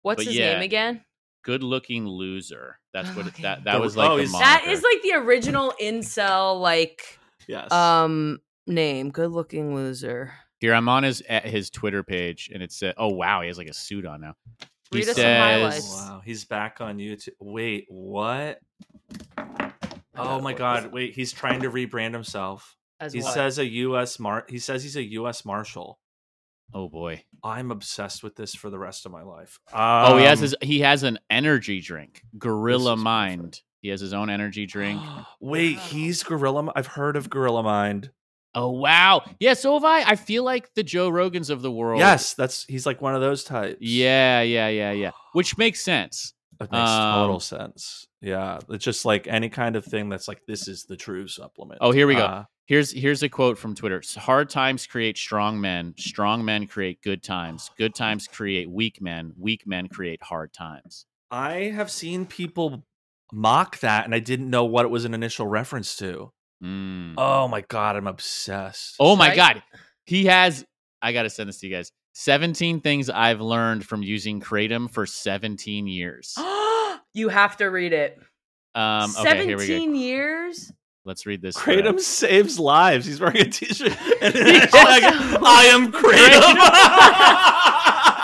[SPEAKER 1] What's
[SPEAKER 5] But
[SPEAKER 1] his
[SPEAKER 5] yeah,
[SPEAKER 1] name again?
[SPEAKER 5] Good looking loser. That's what it,
[SPEAKER 1] Okay.
[SPEAKER 5] that that
[SPEAKER 2] The-
[SPEAKER 5] was like.
[SPEAKER 2] oh,
[SPEAKER 5] the
[SPEAKER 2] he's-
[SPEAKER 1] That
[SPEAKER 5] moniker.
[SPEAKER 1] is like the original incel like
[SPEAKER 2] Yes.
[SPEAKER 1] um name good looking loser
[SPEAKER 5] uh, here. I'm on his at his Twitter page, and it said, "Oh wow, he has like a suit on now." He
[SPEAKER 1] Read us some
[SPEAKER 5] says-
[SPEAKER 1] highlights.
[SPEAKER 2] Wow, he's back on YouTube. Wait, what? Oh my god, wait, he's trying to rebrand himself.
[SPEAKER 1] As
[SPEAKER 2] He
[SPEAKER 1] what?
[SPEAKER 2] says a US mar he says he's a US Marshal.
[SPEAKER 5] Oh boy.
[SPEAKER 2] I'm obsessed with this for the rest of my life.
[SPEAKER 5] oh, he has
[SPEAKER 2] Um,
[SPEAKER 5] his, he has an energy drink, Gorilla
[SPEAKER 2] is perfect.
[SPEAKER 5] Mind. He has his own energy [GASPS]
[SPEAKER 2] [GASPS]
[SPEAKER 5] drink.
[SPEAKER 2] Wait,
[SPEAKER 1] Wow.
[SPEAKER 2] he's Gorilla. Mi- I've heard of Gorilla Mind.
[SPEAKER 5] oh wow. Yeah, so have I. I feel like the Joe Rogans of the world.
[SPEAKER 2] Yes, that's he's like one of those types.
[SPEAKER 5] Yeah, yeah, yeah, yeah. Which makes sense.
[SPEAKER 2] it makes
[SPEAKER 5] Um,
[SPEAKER 2] total sense. Yeah, it's just like any kind of thing that's like this is the true supplement.
[SPEAKER 5] Oh, here we go.
[SPEAKER 2] Uh,
[SPEAKER 5] Here's here's a quote from Twitter. S- Hard times create strong men. Strong men create good times.
[SPEAKER 2] Oh.
[SPEAKER 5] Good times create weak men. Weak men create hard times.
[SPEAKER 2] I have seen people mock that, and I didn't know what it was an initial reference to.
[SPEAKER 5] Mm.
[SPEAKER 2] Oh my god, I'm obsessed.
[SPEAKER 5] Oh my
[SPEAKER 1] Right?
[SPEAKER 5] god. He has I got to send this to you guys. 17 things I've learned from using kratom for
[SPEAKER 2] [GASPS]
[SPEAKER 5] 17 years.
[SPEAKER 1] [GASPS] you have to read it.
[SPEAKER 5] Um okay, here we go.
[SPEAKER 1] 17 years? [LAUGHS]
[SPEAKER 5] Let's read this. thread.
[SPEAKER 2] Kratom saves lives. He's wearing a t-shirt. [LAUGHS] And it's
[SPEAKER 5] Yes.
[SPEAKER 2] like, I am
[SPEAKER 5] [LAUGHS]
[SPEAKER 2] Kratom.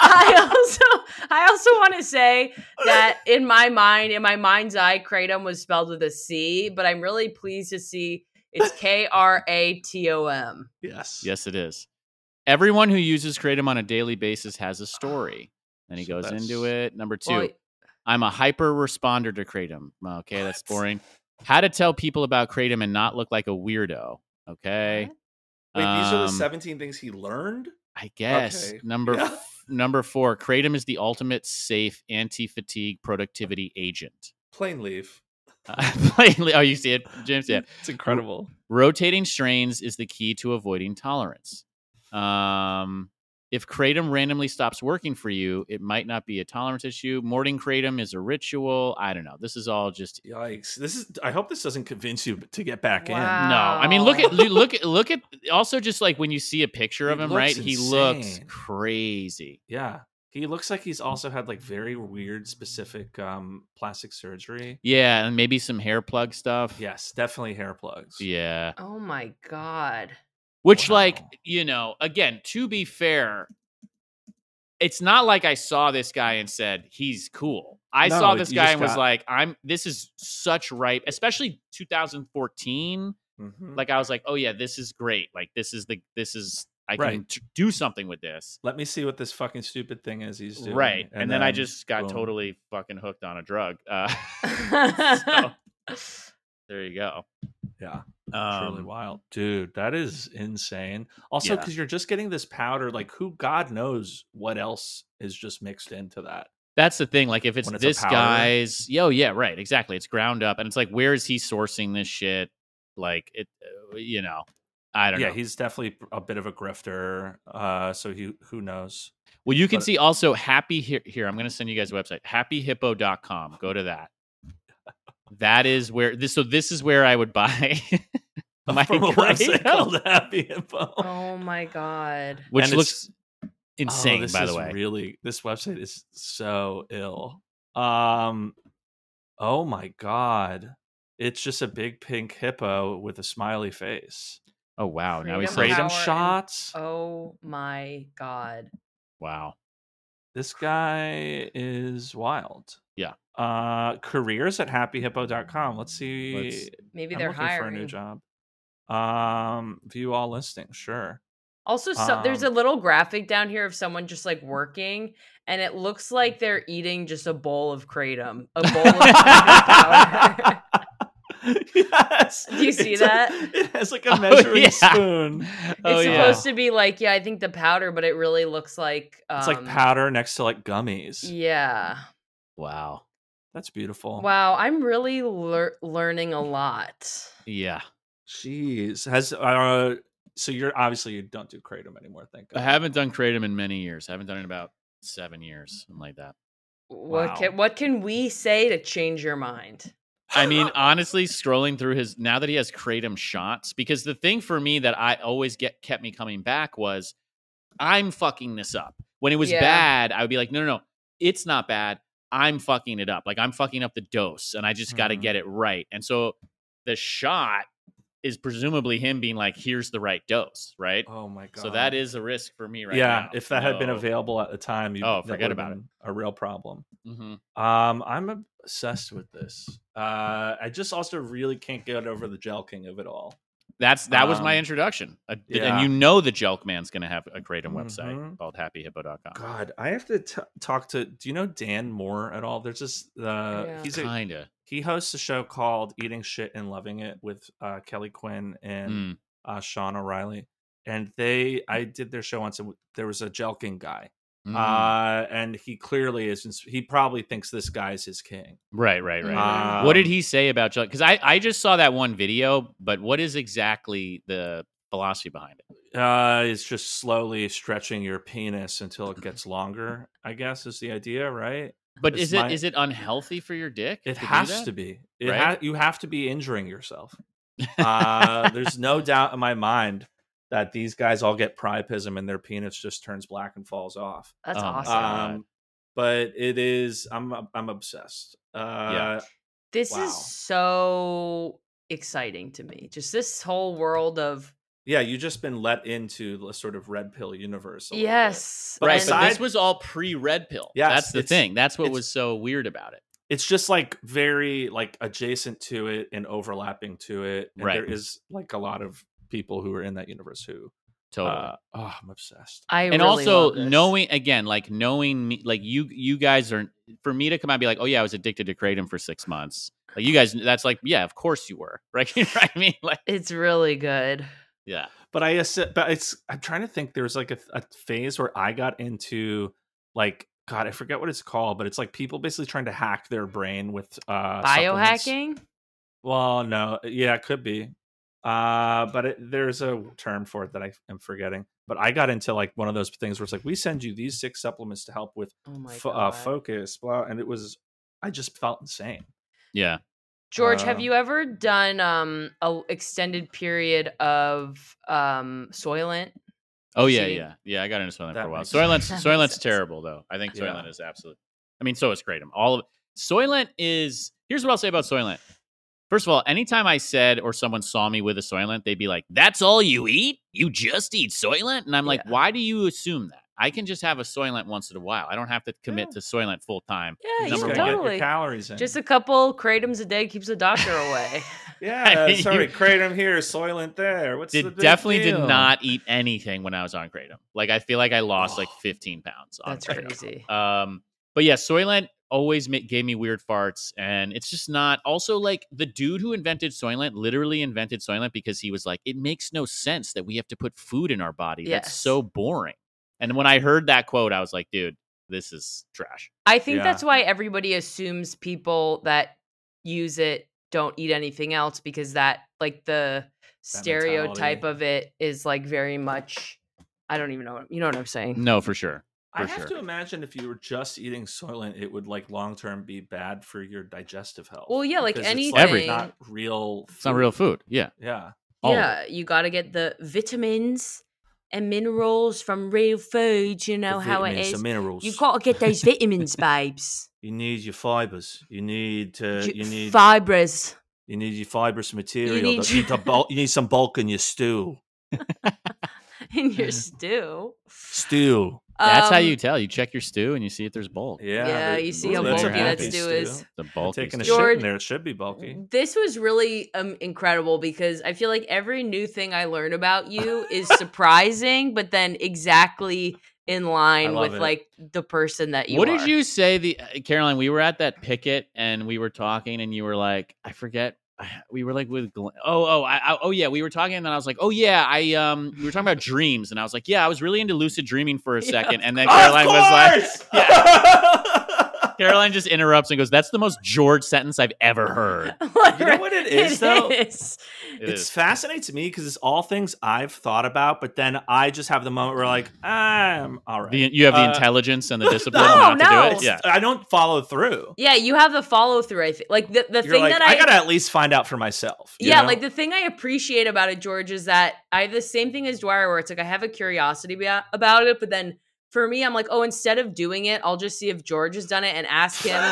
[SPEAKER 1] I also I also want to say that in my mind, in my mind's eye, Kratom was spelled with a C, but I'm really pleased to see
[SPEAKER 2] [LAUGHS]
[SPEAKER 1] it's K R A T O M.
[SPEAKER 2] yes.
[SPEAKER 5] Yes, it is. Everyone who uses kratom on a daily basis has a story. Then he
[SPEAKER 2] So
[SPEAKER 5] goes
[SPEAKER 2] that's-
[SPEAKER 5] into it. Number two,
[SPEAKER 1] Well,
[SPEAKER 5] I'm a hyper responder to kratom. uh, Okay, that's boring. How to tell people about kratom and not look like a weirdo. Okay,
[SPEAKER 2] Wait, these are the
[SPEAKER 5] Um,
[SPEAKER 2] 17 things he learned?
[SPEAKER 5] I guess
[SPEAKER 2] Okay. [LAUGHS]
[SPEAKER 5] number
[SPEAKER 2] Yeah.
[SPEAKER 5] f- number four, kratom is the ultimate safe anti fatigue productivity agent. [LAUGHS]
[SPEAKER 2] Plain leaf.
[SPEAKER 5] Uh, plainly, oh, you see it, James? Yeah.
[SPEAKER 2] It's incredible.
[SPEAKER 5] Rotating strains is the key to avoiding tolerance. Um, if kratom randomly stops working for you, it might not be a tolerance issue. Morning kratom is a ritual. I don't know. This is all just
[SPEAKER 2] Yikes. This is I hope this doesn't convince you to get back
[SPEAKER 1] Wow.
[SPEAKER 2] in.
[SPEAKER 5] no. I mean, look at
[SPEAKER 1] Wow.
[SPEAKER 5] lu- look at look at also just like when you see a picture of
[SPEAKER 2] He
[SPEAKER 5] him,
[SPEAKER 2] looks
[SPEAKER 5] right? He looks
[SPEAKER 2] insane.
[SPEAKER 5] crazy.
[SPEAKER 2] Yeah. He looks like he's also had like very weird specific um plastic surgery.
[SPEAKER 5] Yeah, and maybe some hair plug stuff.
[SPEAKER 2] Yes, definitely hair plugs.
[SPEAKER 5] Yeah.
[SPEAKER 1] oh my god.
[SPEAKER 5] Which, like,
[SPEAKER 2] Wow.
[SPEAKER 5] you know, again, to be fair, it's not like I saw this guy and said he's cool. I
[SPEAKER 2] No,
[SPEAKER 5] saw this
[SPEAKER 2] you
[SPEAKER 5] guy
[SPEAKER 2] just
[SPEAKER 5] and was
[SPEAKER 2] got-
[SPEAKER 5] like, I'm. This is such ripe, especially 2014.
[SPEAKER 2] Mhm.
[SPEAKER 5] Like, I was like, oh yeah, this is great. Like, this is the this is I can
[SPEAKER 2] Right.
[SPEAKER 5] t- do something with this.
[SPEAKER 2] let me see what this fucking stupid thing is he's doing.
[SPEAKER 5] Right, and, then, I just got
[SPEAKER 2] boom.
[SPEAKER 5] totally fucking hooked on a drug. Uh, [LAUGHS]
[SPEAKER 2] [LAUGHS]
[SPEAKER 5] so,
[SPEAKER 1] I
[SPEAKER 5] there you go.
[SPEAKER 2] Yeah. truly
[SPEAKER 5] Um,
[SPEAKER 2] wild. Dude, that is insane. Also,
[SPEAKER 5] yeah.
[SPEAKER 2] because you're just getting this powder, like who God knows what else is just mixed into that.
[SPEAKER 5] That's the thing. Like, if it's,
[SPEAKER 2] When it's a
[SPEAKER 5] this
[SPEAKER 2] powder.
[SPEAKER 5] guy's, yo, yeah, right, exactly. It's ground up, and it's like, where is he sourcing this shit? Like, it, uh, you know, I don't
[SPEAKER 2] Yeah,
[SPEAKER 5] know.
[SPEAKER 2] he's definitely a bit of a grifter. Uh, so he who
[SPEAKER 5] [LAUGHS]
[SPEAKER 2] knows? [LAUGHS]
[SPEAKER 5] well, you can
[SPEAKER 2] but-
[SPEAKER 5] see also happy here. Here, I'm going to send you guys a website, happyhippo.com. Go to that. That is where this. So this is where I would buy [LAUGHS] my
[SPEAKER 2] From a website
[SPEAKER 5] [LAUGHS] Kratom,
[SPEAKER 2] called [LAUGHS] Happy Info.
[SPEAKER 1] [LAUGHS] oh my god.
[SPEAKER 5] which
[SPEAKER 2] And it's-
[SPEAKER 5] looks insane.
[SPEAKER 2] Oh, this
[SPEAKER 5] by the
[SPEAKER 2] is
[SPEAKER 5] way,
[SPEAKER 2] really this website is so ill. Um, oh my god, it's just a big pink hippo with a smiley face.
[SPEAKER 5] oh wow, now he's
[SPEAKER 1] Freedom
[SPEAKER 5] like,
[SPEAKER 1] House.
[SPEAKER 2] Kratom
[SPEAKER 1] Power and-
[SPEAKER 2] shots.
[SPEAKER 1] Oh my god.
[SPEAKER 5] wow.
[SPEAKER 2] This guy is wild.
[SPEAKER 5] Yeah.
[SPEAKER 2] Uh, careers at happyhippo.com. Let's see.
[SPEAKER 5] Let's-
[SPEAKER 1] Maybe
[SPEAKER 2] I'm
[SPEAKER 1] they're
[SPEAKER 2] looking
[SPEAKER 1] hiring.
[SPEAKER 2] for a new job. Um, view all listings. Sure.
[SPEAKER 1] Also, so, there's a
[SPEAKER 2] Um,
[SPEAKER 1] little graphic down here of someone just like working, and it looks like they're eating just a bowl of kratom, a
[SPEAKER 2] [LAUGHS]
[SPEAKER 1] bowl of kratom powder.
[SPEAKER 2] yes.
[SPEAKER 1] Do you see
[SPEAKER 2] It's a-
[SPEAKER 1] that?
[SPEAKER 2] it has like
[SPEAKER 5] [LAUGHS] Oh,
[SPEAKER 2] a measuring
[SPEAKER 5] yeah.
[SPEAKER 2] spoon.
[SPEAKER 5] Oh,
[SPEAKER 1] it's
[SPEAKER 5] yeah.
[SPEAKER 1] supposed to be like, yeah, I think the powder, but it really looks like um,
[SPEAKER 2] It's like powder next to like gummies.
[SPEAKER 1] Yeah.
[SPEAKER 5] wow.
[SPEAKER 2] That's beautiful.
[SPEAKER 1] Wow, I'm really lear- learning a lot.
[SPEAKER 5] Yeah.
[SPEAKER 2] Jeez. Has uh so you're obviously you don't do kratom anymore, thank
[SPEAKER 5] I
[SPEAKER 2] God.
[SPEAKER 5] haven't done kratom in many years. I haven't done it in about seven years, something like that.
[SPEAKER 1] What
[SPEAKER 2] Wow.
[SPEAKER 1] can what can we say to change your mind? [LAUGHS] [GASPS]
[SPEAKER 5] I mean, honestly, scrolling through his now that he has kratom shots, because the thing for me that I always get kept me coming back was I'm fucking this up. When it was
[SPEAKER 1] Yeah.
[SPEAKER 5] bad, I would be like, no, no, no, it's not bad. I'm fucking
[SPEAKER 1] Mm-hmm.
[SPEAKER 5] it up. Like I'm fucking up the dose, and I just got to
[SPEAKER 2] Mhm.
[SPEAKER 5] get it right. And so the shot is presumably him being like, "Here's the right dose," right?
[SPEAKER 2] Oh my god.
[SPEAKER 5] so that is a risk for me right
[SPEAKER 2] yeah.
[SPEAKER 5] now.
[SPEAKER 2] If that had been
[SPEAKER 5] So-
[SPEAKER 2] available at the time, you, that
[SPEAKER 5] Oh, forget
[SPEAKER 2] would've
[SPEAKER 5] about it.
[SPEAKER 2] been A real problem.
[SPEAKER 5] Mhm.
[SPEAKER 2] Um, I'm obsessed with this. Uh, I just also really can't get over the Gel King of it all.
[SPEAKER 5] that's that was my
[SPEAKER 2] Um,
[SPEAKER 5] introduction. Uh, th-
[SPEAKER 2] yeah.
[SPEAKER 5] And you know the Jelk Man's going to have a Kratom website
[SPEAKER 2] Mhm.
[SPEAKER 5] called HappyHippo.com.
[SPEAKER 2] God, I have to t- talk to. Do you know Dan Moore at all? There's just the
[SPEAKER 1] Yeah.
[SPEAKER 2] he's a,
[SPEAKER 5] Kinda.
[SPEAKER 2] he hosts a show called Eating Shit and Loving It with uh, Kelly Quinn and
[SPEAKER 5] Mm.
[SPEAKER 2] uh, Sean O'Reilly, and they I did their show once. And there was a Jelking guy,
[SPEAKER 5] Mm.
[SPEAKER 2] uh, and he clearly is. ins- He probably thinks this guy's his king.
[SPEAKER 5] right, right, right.
[SPEAKER 1] Um,
[SPEAKER 5] what did he say about Jelk? Because I I just saw that one video, but what is exactly the philosophy behind it?
[SPEAKER 2] Uh, it's just slowly stretching your penis until it gets longer. I guess is the idea, right?
[SPEAKER 5] But
[SPEAKER 2] It's
[SPEAKER 5] is it
[SPEAKER 2] my-
[SPEAKER 5] is it unhealthy for your dick?
[SPEAKER 2] It
[SPEAKER 5] do
[SPEAKER 2] has
[SPEAKER 5] that?
[SPEAKER 2] to be. It
[SPEAKER 5] right?
[SPEAKER 2] ha- you have to be injuring yourself.
[SPEAKER 5] [LAUGHS]
[SPEAKER 2] Uh, there's no doubt in my mind that these guys all get priapism and their penis just turns black and falls off.
[SPEAKER 1] That's
[SPEAKER 5] Um,
[SPEAKER 1] awesome.
[SPEAKER 5] God.
[SPEAKER 2] Um, but it is. I'm I'm obsessed. Uh,
[SPEAKER 1] this
[SPEAKER 2] wow.
[SPEAKER 1] is so exciting to me. Just this whole world of
[SPEAKER 2] yeah. you just been let into the sort of red pill universe. a little bit.
[SPEAKER 1] yes,
[SPEAKER 2] But
[SPEAKER 5] right,
[SPEAKER 1] and-
[SPEAKER 5] but
[SPEAKER 2] aside-
[SPEAKER 5] this was all pre red pill.
[SPEAKER 2] Yes,
[SPEAKER 5] that's the
[SPEAKER 2] it's-
[SPEAKER 5] thing. That's what
[SPEAKER 2] it's-
[SPEAKER 5] was so weird about it.
[SPEAKER 2] it's just like very like adjacent to it and overlapping to it. And
[SPEAKER 5] Right.
[SPEAKER 2] There is like a lot of people who are in that universe who.
[SPEAKER 5] Totally.
[SPEAKER 2] Uh, oh, I'm obsessed.
[SPEAKER 1] I
[SPEAKER 5] and
[SPEAKER 1] really
[SPEAKER 5] also
[SPEAKER 1] love this.
[SPEAKER 5] knowing again, like knowing me, like you, you guys are for me to come out and be like, oh yeah, I was addicted to kratom for six months. Like you guys, that's like, yeah, of course you were, [LAUGHS] right? You know what I mean, like,
[SPEAKER 1] it's really good.
[SPEAKER 5] yeah,
[SPEAKER 2] but I ass- but it's I'm trying to think. There was like a, a phase where I got into like God, I forget what it's called, but it's like people basically trying to hack their brain with uh supplements.
[SPEAKER 1] Biohacking.
[SPEAKER 2] Well, no, yeah, it could be. Uh, but it, there's a term for it that I am forgetting. But I got into like one of those things where it's like we send you these six supplements to help with
[SPEAKER 1] Oh my
[SPEAKER 2] f- uh,
[SPEAKER 1] god,
[SPEAKER 2] focus, blah, and it was I just felt insane.
[SPEAKER 5] yeah.
[SPEAKER 1] George, have
[SPEAKER 2] uh,
[SPEAKER 1] you ever done um a extended period of um Soylent?
[SPEAKER 5] Oh yeah,
[SPEAKER 1] See?
[SPEAKER 5] yeah, yeah. I got into Soylent
[SPEAKER 2] That
[SPEAKER 5] for a while.
[SPEAKER 2] makes [LAUGHS]
[SPEAKER 5] Soylent's
[SPEAKER 1] sense. That makes
[SPEAKER 5] Soylent's
[SPEAKER 1] sense.
[SPEAKER 5] terrible though. I think Soylent
[SPEAKER 2] Yeah.
[SPEAKER 5] is absolute. I mean, so is kratom. All of Soylent is. Here's what I'll say about Soylent. First of all, anytime I said or someone saw me with a Soylent, they'd be like, "That's all you eat? You just eat Soylent?" And I'm like,
[SPEAKER 1] Yeah.
[SPEAKER 5] "Why do you assume that? I can just have a Soylent once in a while. I don't have to commit
[SPEAKER 2] Yeah.
[SPEAKER 5] to Soylent full time."
[SPEAKER 1] Yeah,
[SPEAKER 2] You just
[SPEAKER 5] Number
[SPEAKER 1] yeah,
[SPEAKER 2] gotta get your
[SPEAKER 1] totally.
[SPEAKER 2] calories in.
[SPEAKER 1] Just a couple kratoms a day keeps the doctor
[SPEAKER 2] [LAUGHS]
[SPEAKER 1] away. [LAUGHS]
[SPEAKER 2] yeah,
[SPEAKER 5] mean,
[SPEAKER 2] sorry,
[SPEAKER 5] you-
[SPEAKER 2] kratom here, soylent there. What's the
[SPEAKER 5] Did
[SPEAKER 2] big
[SPEAKER 5] definitely did
[SPEAKER 2] deal?
[SPEAKER 5] not eat anything when I was on kratom. Like I feel like I lost like
[SPEAKER 2] Oh.
[SPEAKER 5] 15 pounds. On
[SPEAKER 1] That's
[SPEAKER 5] kratom.
[SPEAKER 1] crazy.
[SPEAKER 2] Uh,
[SPEAKER 5] Um, but yeah, Soylent always ma- gave me weird farts, and it's just not. Also, like the dude who invented Soylent literally invented Soylent because he was like, it makes no sense that we have to put food in our body. That's
[SPEAKER 1] Yes.
[SPEAKER 5] so boring. And when I heard that quote, I was like, dude, this is trash.
[SPEAKER 1] I think
[SPEAKER 2] Yeah.
[SPEAKER 1] that's why everybody assumes people that use it don't eat anything else because that like the stereotype
[SPEAKER 2] mentality.
[SPEAKER 1] of it is like very much I don't even know what you know what I'm saying.
[SPEAKER 5] No, for sure.
[SPEAKER 2] I
[SPEAKER 5] for
[SPEAKER 2] have
[SPEAKER 5] sure.
[SPEAKER 2] to imagine if you were just eating Soylent, it would like long term be bad for your digestive health.
[SPEAKER 1] Well, yeah, like
[SPEAKER 2] because it's,
[SPEAKER 1] anything-
[SPEAKER 2] not real.
[SPEAKER 5] It's not real food. Yeah.
[SPEAKER 2] Yeah,
[SPEAKER 5] all of
[SPEAKER 1] yeah, you got to get the vitamins and minerals from real foods, you know
[SPEAKER 2] the
[SPEAKER 1] how it
[SPEAKER 2] vitamins,
[SPEAKER 1] is.
[SPEAKER 2] the minerals.
[SPEAKER 1] You got to get those
[SPEAKER 2] [LAUGHS]
[SPEAKER 1] vitamins, babes.
[SPEAKER 2] You need your fibers. You need uh,
[SPEAKER 1] Ju-
[SPEAKER 2] you need
[SPEAKER 1] fibres.
[SPEAKER 2] you need your fibrous material. that- You
[SPEAKER 1] need
[SPEAKER 2] need,
[SPEAKER 1] your-
[SPEAKER 2] to bulk, you need some bulk in your stew.
[SPEAKER 1] [LAUGHS] in
[SPEAKER 2] [LAUGHS]
[SPEAKER 1] your stew. [LAUGHS]
[SPEAKER 2] Stew.
[SPEAKER 5] That's how
[SPEAKER 1] Um,
[SPEAKER 5] you tell. You check your stew and you see if there's bulk.
[SPEAKER 2] Yeah,
[SPEAKER 1] Yeah,
[SPEAKER 2] the-
[SPEAKER 1] you see
[SPEAKER 5] how
[SPEAKER 2] ooh, that's a
[SPEAKER 5] bulky that
[SPEAKER 2] bulky
[SPEAKER 1] stew is.
[SPEAKER 5] The
[SPEAKER 2] I'm
[SPEAKER 5] bulk.
[SPEAKER 2] Taking a
[SPEAKER 1] stew.
[SPEAKER 2] shit
[SPEAKER 1] George-
[SPEAKER 2] in there, it should be bulky.
[SPEAKER 1] Um, This was really um, incredible because I feel like every new thing I learn about you
[SPEAKER 2] [LAUGHS]
[SPEAKER 1] is surprising, but then exactly in line
[SPEAKER 2] love
[SPEAKER 1] with
[SPEAKER 2] it.
[SPEAKER 1] like the person that you
[SPEAKER 5] what
[SPEAKER 1] are.
[SPEAKER 5] did
[SPEAKER 1] [LAUGHS]
[SPEAKER 5] you say the uh, caroline we were at that picket and we were talking and you were like i forget [SIGHS] we were like with Glenn. oh oh I, I- oh yeah we were talking and then i was like oh yeah i um we were talking about dreams and i was like yeah i was really into lucid
[SPEAKER 1] [LAUGHS]
[SPEAKER 5] dreaming for a
[SPEAKER 1] Yeah,
[SPEAKER 5] second and then
[SPEAKER 2] Of
[SPEAKER 5] caroline was like
[SPEAKER 2] course! [LAUGHS]
[SPEAKER 5] [LAUGHS]
[SPEAKER 2] Yeah.
[SPEAKER 5] caroline just interrupts and goes that's the most george sentence i've ever
[SPEAKER 1] [LAUGHS]
[SPEAKER 5] heard
[SPEAKER 2] you know what it is though.
[SPEAKER 5] It
[SPEAKER 2] it
[SPEAKER 5] is.
[SPEAKER 2] fascinates me because it's all things I've thought about, but then I just have the moment where like I'm all right.
[SPEAKER 5] The- you have the
[SPEAKER 2] Uh,
[SPEAKER 5] intelligence
[SPEAKER 1] [LAUGHS]
[SPEAKER 5] and the discipline
[SPEAKER 1] No,
[SPEAKER 5] not
[SPEAKER 1] no.
[SPEAKER 5] to do it yeah
[SPEAKER 2] I don't follow through.
[SPEAKER 1] Yeah, you have the follow through. I think, like the the
[SPEAKER 2] You're
[SPEAKER 1] thing
[SPEAKER 2] like,
[SPEAKER 1] that
[SPEAKER 2] I,
[SPEAKER 1] I,
[SPEAKER 2] gotta at least find out for myself. you
[SPEAKER 1] yeah,
[SPEAKER 2] know?
[SPEAKER 1] like the thing I appreciate about it, George, is that I have the same thing as Dwyer, where it's like I have a curiosity about about it, but then for me, I'm like, oh, instead of doing it, I'll just see if George has done it and ask him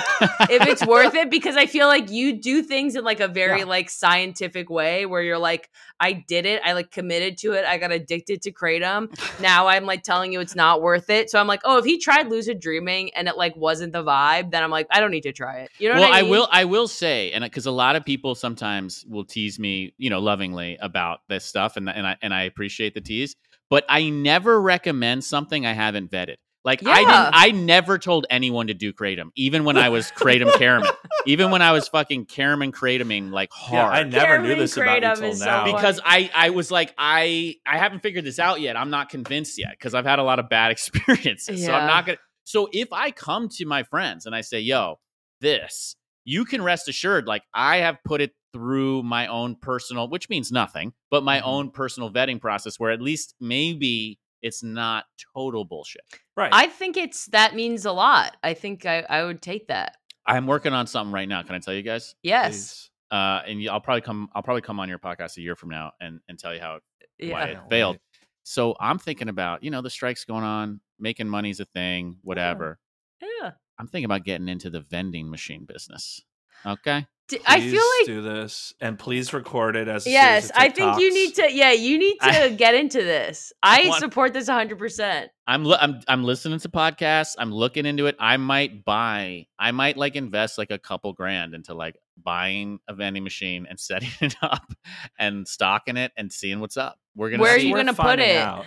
[SPEAKER 1] if it's worth it because I feel like you do things in like a very like scientific way where you're like, I did it, I like committed to it, I got addicted to kratom. Now I'm like telling you it's not worth it. So I'm like, oh, if he tried lucid dreaming and it like wasn't the vibe, then I'm like, I don't need to try it. You know
[SPEAKER 5] well,
[SPEAKER 1] what I,
[SPEAKER 5] I,
[SPEAKER 1] mean?
[SPEAKER 5] will. I will say, and because a lot of people sometimes will tease me, you know, lovingly about this stuff, and and I and I appreciate the tease, but I never recommend something I haven't vetted. Like I
[SPEAKER 1] Yeah.
[SPEAKER 5] didn't. I never told anyone to do kratom, even when I was kratom caramin, even when I was fucking caramin kratoming like
[SPEAKER 2] [LAUGHS] Yeah, I
[SPEAKER 5] hard.
[SPEAKER 2] never knew
[SPEAKER 1] Cameron
[SPEAKER 2] this about you
[SPEAKER 1] Kratom
[SPEAKER 2] until
[SPEAKER 1] is so
[SPEAKER 2] now.
[SPEAKER 1] funny.
[SPEAKER 5] because I, I was like I I haven't figured this out yet. I'm not convinced yet because I've had a lot of bad [LAUGHS] experiences. So
[SPEAKER 1] Yeah.
[SPEAKER 5] I'm not gonna. So if I come to my friends and I say, "Yo, this," you can rest assured, like I have put it through my own personal, which means nothing, but my
[SPEAKER 2] Mhm.
[SPEAKER 5] own personal vetting process, where at least maybe it's not total bullshit.
[SPEAKER 2] right.
[SPEAKER 1] I think it's that means a lot. I think I, I would take that.
[SPEAKER 5] I'm working on something right now. Can I tell you guys?
[SPEAKER 1] Yes.
[SPEAKER 5] Uh, and y- I'll probably come. I'll probably come on your podcast a year from now and and tell you how
[SPEAKER 1] Yeah.
[SPEAKER 5] why
[SPEAKER 2] I
[SPEAKER 5] it
[SPEAKER 2] know,
[SPEAKER 5] failed.
[SPEAKER 2] right?
[SPEAKER 5] So I'm thinking about, you know, the strike's going on, making money's a thing, whatever.
[SPEAKER 1] Yeah.
[SPEAKER 5] I'm thinking about getting into the vending machine business. Okay.
[SPEAKER 1] D- I feel
[SPEAKER 2] Please
[SPEAKER 1] like
[SPEAKER 2] do this and please record it as a
[SPEAKER 1] Yes, I
[SPEAKER 2] series of
[SPEAKER 1] think you
[SPEAKER 2] TikToks.
[SPEAKER 1] need to. Yeah, you need to
[SPEAKER 5] I-
[SPEAKER 1] get into this. I
[SPEAKER 5] want-
[SPEAKER 1] support this 100. percent
[SPEAKER 5] I'm, li- I'm I'm listening to podcasts. I'm looking into it. I might buy. I might like invest like a couple grand into like buying a vending machine and [LAUGHS] setting it up and stocking it and seeing what's up. We're gonna
[SPEAKER 1] Where are
[SPEAKER 5] see
[SPEAKER 1] you
[SPEAKER 5] what-
[SPEAKER 2] We're
[SPEAKER 1] gonna put
[SPEAKER 2] finding
[SPEAKER 1] it?
[SPEAKER 2] out.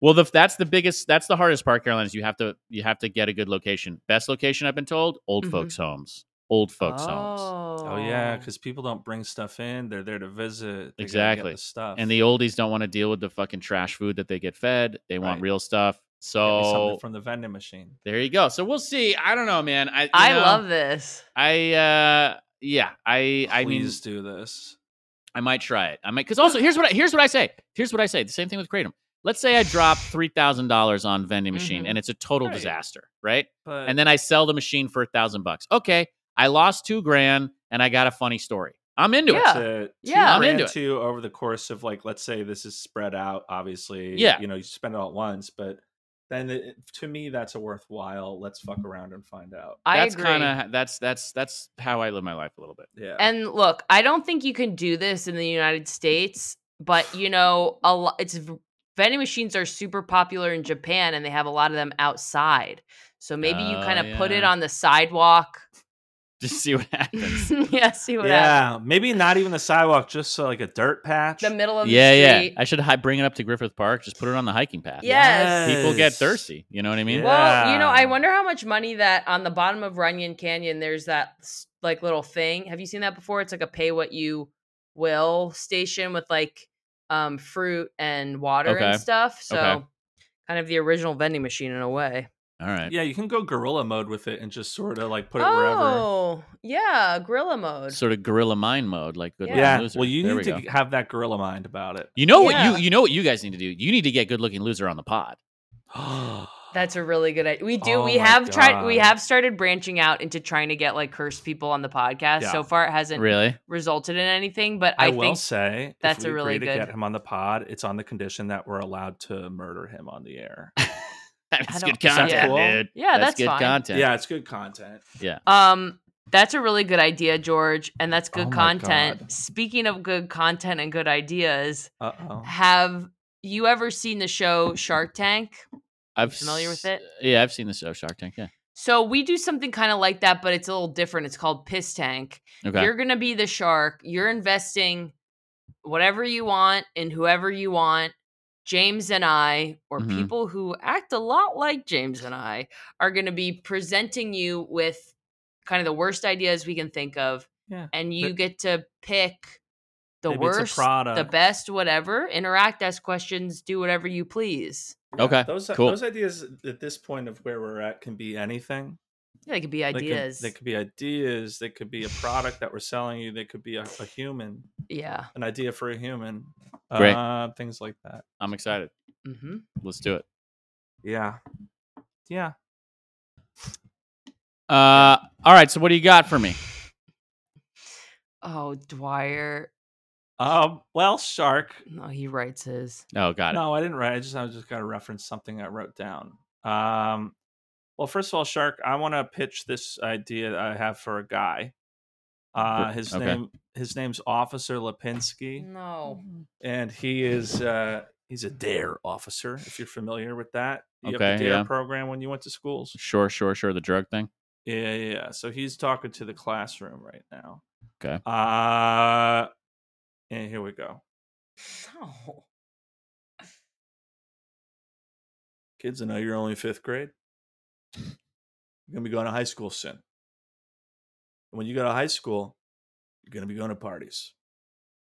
[SPEAKER 5] Well, the, that's the biggest. That's the hardest part, Caroline. Is you have to you have to get a good location. Best location I've been told: old
[SPEAKER 1] Mhm.
[SPEAKER 5] folks' homes. Old folks' homes.
[SPEAKER 2] Oh yeah,
[SPEAKER 5] Um,
[SPEAKER 2] because people don't bring stuff in; they're there to visit. They gotta get
[SPEAKER 5] Exactly.
[SPEAKER 2] the stuff
[SPEAKER 5] and the oldies don't want to deal with the fucking trash food that they get fed. They want
[SPEAKER 2] Right.
[SPEAKER 5] real stuff.
[SPEAKER 2] Get me something
[SPEAKER 5] So
[SPEAKER 2] from the vending machine.
[SPEAKER 5] there you go. So we'll see. I don't know, man. I you
[SPEAKER 1] I
[SPEAKER 5] know,
[SPEAKER 1] love this.
[SPEAKER 5] I uh yeah. I I mean
[SPEAKER 2] Please do this.
[SPEAKER 5] I might try it. I might because also here's what I, here's what I say. Here's what I say. The same thing with kratom. Let's say I drop three thousand dollars on vending machine
[SPEAKER 1] Mhm.
[SPEAKER 5] and it's a total
[SPEAKER 2] Right.
[SPEAKER 5] disaster, right?
[SPEAKER 2] But
[SPEAKER 5] And then I sell the machine for a thousand bucks. Okay, I lost two grand and I got a funny story. I'm into it.
[SPEAKER 1] Yeah.
[SPEAKER 2] to
[SPEAKER 1] Yeah.
[SPEAKER 5] I'm
[SPEAKER 2] ran
[SPEAKER 5] into it.
[SPEAKER 2] to over the course of like let's say this is spread out obviously
[SPEAKER 5] Yeah.
[SPEAKER 2] you know you spend it all at once but then it, to me that's a worthwhile let's fuck around and find out
[SPEAKER 1] I
[SPEAKER 5] That's
[SPEAKER 1] agree.
[SPEAKER 5] kind of that's that's that's how I live my life a little bit. [LAUGHS]
[SPEAKER 2] yeah
[SPEAKER 1] And look, I don't think you can do this in the United States, but you know, a lot. It's v- vending machines are super popular in Japan, and they have a lot of them outside. So maybe you
[SPEAKER 5] Oh,
[SPEAKER 1] kind of put it
[SPEAKER 5] yeah.
[SPEAKER 1] on the sidewalk.
[SPEAKER 5] Just see what happens.
[SPEAKER 1] [LAUGHS] yeah, see what happens.
[SPEAKER 2] yeah maybe not even the sidewalk just so, like a dirt patch
[SPEAKER 1] The middle of
[SPEAKER 5] yeah,
[SPEAKER 1] the
[SPEAKER 5] yeah.
[SPEAKER 1] street.
[SPEAKER 5] I should hi- bring it up to Griffith Park. Just put it on the hiking path.
[SPEAKER 1] Yes.
[SPEAKER 5] People get
[SPEAKER 2] Yes.
[SPEAKER 5] thirsty. You know what I mean?
[SPEAKER 2] Yeah.
[SPEAKER 1] Well, you know, I wonder how much money that on the bottom of Runyon Canyon, there's that s- like little thing. Have you seen that before? It's like a pay what you will station with like um fruit and water
[SPEAKER 5] Okay.
[SPEAKER 1] and stuff. So
[SPEAKER 5] Okay.
[SPEAKER 1] kind of the original vending machine in a way.
[SPEAKER 5] All right.
[SPEAKER 2] yeah you can go gorilla mode with it and just sort of like put it wherever
[SPEAKER 1] oh, yeah, gorilla mode.
[SPEAKER 5] Sort of gorilla mind mode, like good
[SPEAKER 1] Yeah.
[SPEAKER 5] Looking
[SPEAKER 2] yeah
[SPEAKER 5] loser.
[SPEAKER 2] well you
[SPEAKER 5] There
[SPEAKER 2] need
[SPEAKER 5] we
[SPEAKER 2] to
[SPEAKER 5] go.
[SPEAKER 2] have that gorilla mind about
[SPEAKER 5] [GASPS]
[SPEAKER 2] it
[SPEAKER 5] You know what
[SPEAKER 1] Yeah.
[SPEAKER 5] you you know what you guys need to do. You need to get good looking loser on the pod.
[SPEAKER 1] That's a really good idea. We do.
[SPEAKER 2] Oh
[SPEAKER 1] we
[SPEAKER 2] my
[SPEAKER 1] have tried. We
[SPEAKER 2] God.
[SPEAKER 1] have started branching out into trying to get like cursed people on the podcast.
[SPEAKER 2] Yeah.
[SPEAKER 1] So far, it hasn't
[SPEAKER 5] Really?
[SPEAKER 1] resulted in anything. But I,
[SPEAKER 2] I, will
[SPEAKER 1] think
[SPEAKER 2] say if
[SPEAKER 1] that's
[SPEAKER 2] we
[SPEAKER 1] a really
[SPEAKER 2] agree to
[SPEAKER 1] good-
[SPEAKER 2] get him on the pod it's on the condition that we're allowed to murder him on the
[SPEAKER 5] [LAUGHS]
[SPEAKER 2] air
[SPEAKER 5] That's
[SPEAKER 1] don't-
[SPEAKER 5] good
[SPEAKER 1] Is that
[SPEAKER 5] content,
[SPEAKER 2] cool?
[SPEAKER 5] dude.
[SPEAKER 1] Yeah, that's
[SPEAKER 5] good
[SPEAKER 1] fine.
[SPEAKER 5] content.
[SPEAKER 2] yeah it's good content
[SPEAKER 1] Um, that's a really good idea, George, and that's good
[SPEAKER 2] Oh my
[SPEAKER 1] content.
[SPEAKER 2] God.
[SPEAKER 1] Speaking of good content and good ideas,
[SPEAKER 2] uh-oh
[SPEAKER 1] have you ever seen the show Shark Tank?
[SPEAKER 5] I'm
[SPEAKER 1] familiar with it?
[SPEAKER 5] Yeah, I've seen the show Shark Tank. Yeah.
[SPEAKER 1] So we do something kind of like that, but it's a little different. It's called Piss Tank.
[SPEAKER 5] Okay.
[SPEAKER 1] You're gonna be the shark. You're investing whatever you want in whoever you want. James and I, or
[SPEAKER 2] Mm-hmm.
[SPEAKER 5] Mhm.
[SPEAKER 1] people who act a lot like James and I, are going to be presenting you with kind of the worst ideas we can think of,
[SPEAKER 2] Yeah.
[SPEAKER 1] and you
[SPEAKER 2] But-
[SPEAKER 1] get to pick [SIGHS] the
[SPEAKER 2] Maybe it's a
[SPEAKER 1] worst, the
[SPEAKER 2] product.
[SPEAKER 1] best, whatever. Interact, ask questions, do whatever you please.
[SPEAKER 5] Okay,
[SPEAKER 2] Those
[SPEAKER 5] cool.
[SPEAKER 2] those ideas at this point of where we're at can be anything.
[SPEAKER 1] Yeah, they could be
[SPEAKER 2] They could-
[SPEAKER 1] ideas.
[SPEAKER 2] They could, be ideas. They could be a product that we're selling you. They could be a, a human,
[SPEAKER 1] yeah.
[SPEAKER 2] an idea for a human.
[SPEAKER 5] Great.
[SPEAKER 2] Uh, things like that.
[SPEAKER 5] I'm excited.
[SPEAKER 1] hmm
[SPEAKER 5] Let's do it.
[SPEAKER 2] Yeah. Yeah.
[SPEAKER 5] Uh all right, so what do you got for me?
[SPEAKER 1] Oh, Dwyer.
[SPEAKER 2] Um. Well, shark.
[SPEAKER 1] No, he writes his.
[SPEAKER 5] Oh, got it.
[SPEAKER 2] No, I didn't write. I just I just got to reference something I wrote down. Um, well, first of all, Shark, I want to pitch this idea I have for a guy. Uh, his
[SPEAKER 5] Okay.
[SPEAKER 2] name his name's Officer Lipinski,
[SPEAKER 1] Mm. No.
[SPEAKER 2] and he is uh, he's a Dare officer. If you're familiar with that, you have
[SPEAKER 5] Okay,
[SPEAKER 2] the Dare
[SPEAKER 5] yeah.
[SPEAKER 2] program when you went to schools.
[SPEAKER 5] Sure, sure, sure. The drug thing.
[SPEAKER 2] Yeah, yeah. yeah. So he's talking to the classroom right now.
[SPEAKER 5] Okay.
[SPEAKER 2] Uh, and here we go.
[SPEAKER 1] No.
[SPEAKER 2] Kids, I know you're only in fifth grade. You're gonna be going to high school soon. And when you go to high school, you're gonna be going to parties.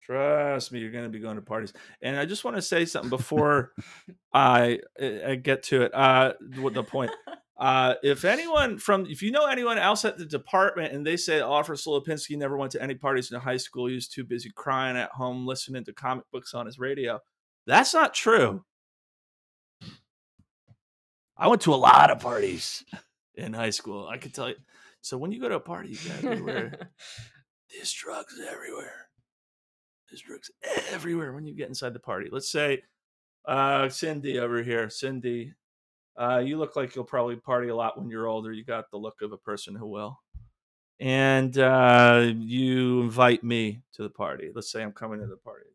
[SPEAKER 2] Trust me, you're gonna be going to parties. And I just want to say something before I, I get to it. Uh, what the point? Uh, if anyone from, if you know anyone else at the department and they say "Oh, Officer Lipinski never went to any parties in high school, he was too busy crying at home listening to comic books on his radio, that's not true. I went to a lot of parties in high school. I could tell you. So when you go to a party, you gotta be aware there's drugs everywhere. There's drugs everywhere when you get inside the party. Let's say, uh, Cindy over here, Cindy, uh, you look like you'll probably party a lot when you're older. You got the look of a person who will. And uh, you invite me to the party. Let's say I'm coming to the party.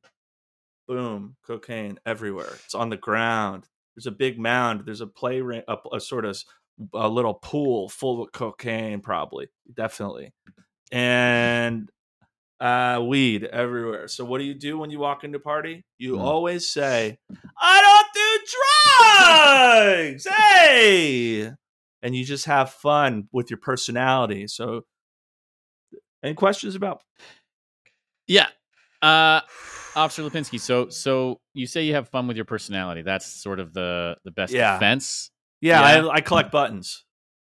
[SPEAKER 2] Boom, cocaine everywhere. It's on the ground. There's a big mound. There's a play ring, a, a sort of s- a little pool full of cocaine, probably, definitely, and uh, weed everywhere. So what do you do when you walk into a party? You
[SPEAKER 5] Hmm.
[SPEAKER 2] always say, "I don't do drugs." hey, and you just have fun with your personality. So, any questions about?
[SPEAKER 5] Yeah. Uh, Officer Lipinski. So, so you say you have fun with your personality. That's sort of the the best
[SPEAKER 2] Yeah.
[SPEAKER 5] defense.
[SPEAKER 2] Yeah,
[SPEAKER 5] Yeah.
[SPEAKER 2] I, I collect buttons.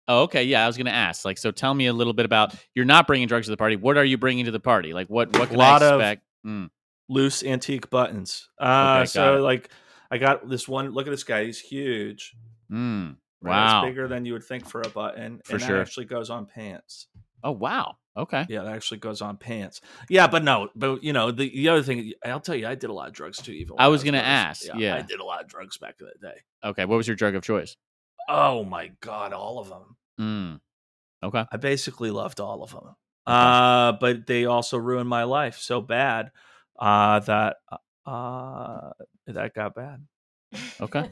[SPEAKER 5] Oh, okay. Yeah, I was going to ask. Like, so tell me a little bit about you're not bringing drugs to the party. What are you bringing to the party? Like, what what can
[SPEAKER 2] Lot
[SPEAKER 5] I
[SPEAKER 2] of-
[SPEAKER 5] expect? Mm,
[SPEAKER 2] loose antique buttons. Uh,
[SPEAKER 5] got
[SPEAKER 2] so
[SPEAKER 5] it.
[SPEAKER 2] like I got this one. Look at this guy; he's huge.
[SPEAKER 5] mm,
[SPEAKER 2] right?
[SPEAKER 5] wow.
[SPEAKER 2] it's bigger than you would think for a button,
[SPEAKER 5] For
[SPEAKER 2] and
[SPEAKER 5] sure.
[SPEAKER 2] that actually goes on pants.
[SPEAKER 5] Oh, wow. Okay.
[SPEAKER 2] Yeah, that actually goes on pants. Yeah, but no, but you know the, the other thing. I'll tell you, I did a lot of drugs too. Even when
[SPEAKER 5] I was gonna
[SPEAKER 2] brothers.
[SPEAKER 5] ask, yeah.
[SPEAKER 2] I did a lot of drugs back in the day.
[SPEAKER 5] Okay. What was your drug of choice?
[SPEAKER 2] Oh my god, all of them. [LAUGHS]
[SPEAKER 5] Mm. Okay.
[SPEAKER 2] I basically loved all of them. Uh, but they also ruined my life so bad uh, that uh, that got bad.
[SPEAKER 5] [LAUGHS] Okay.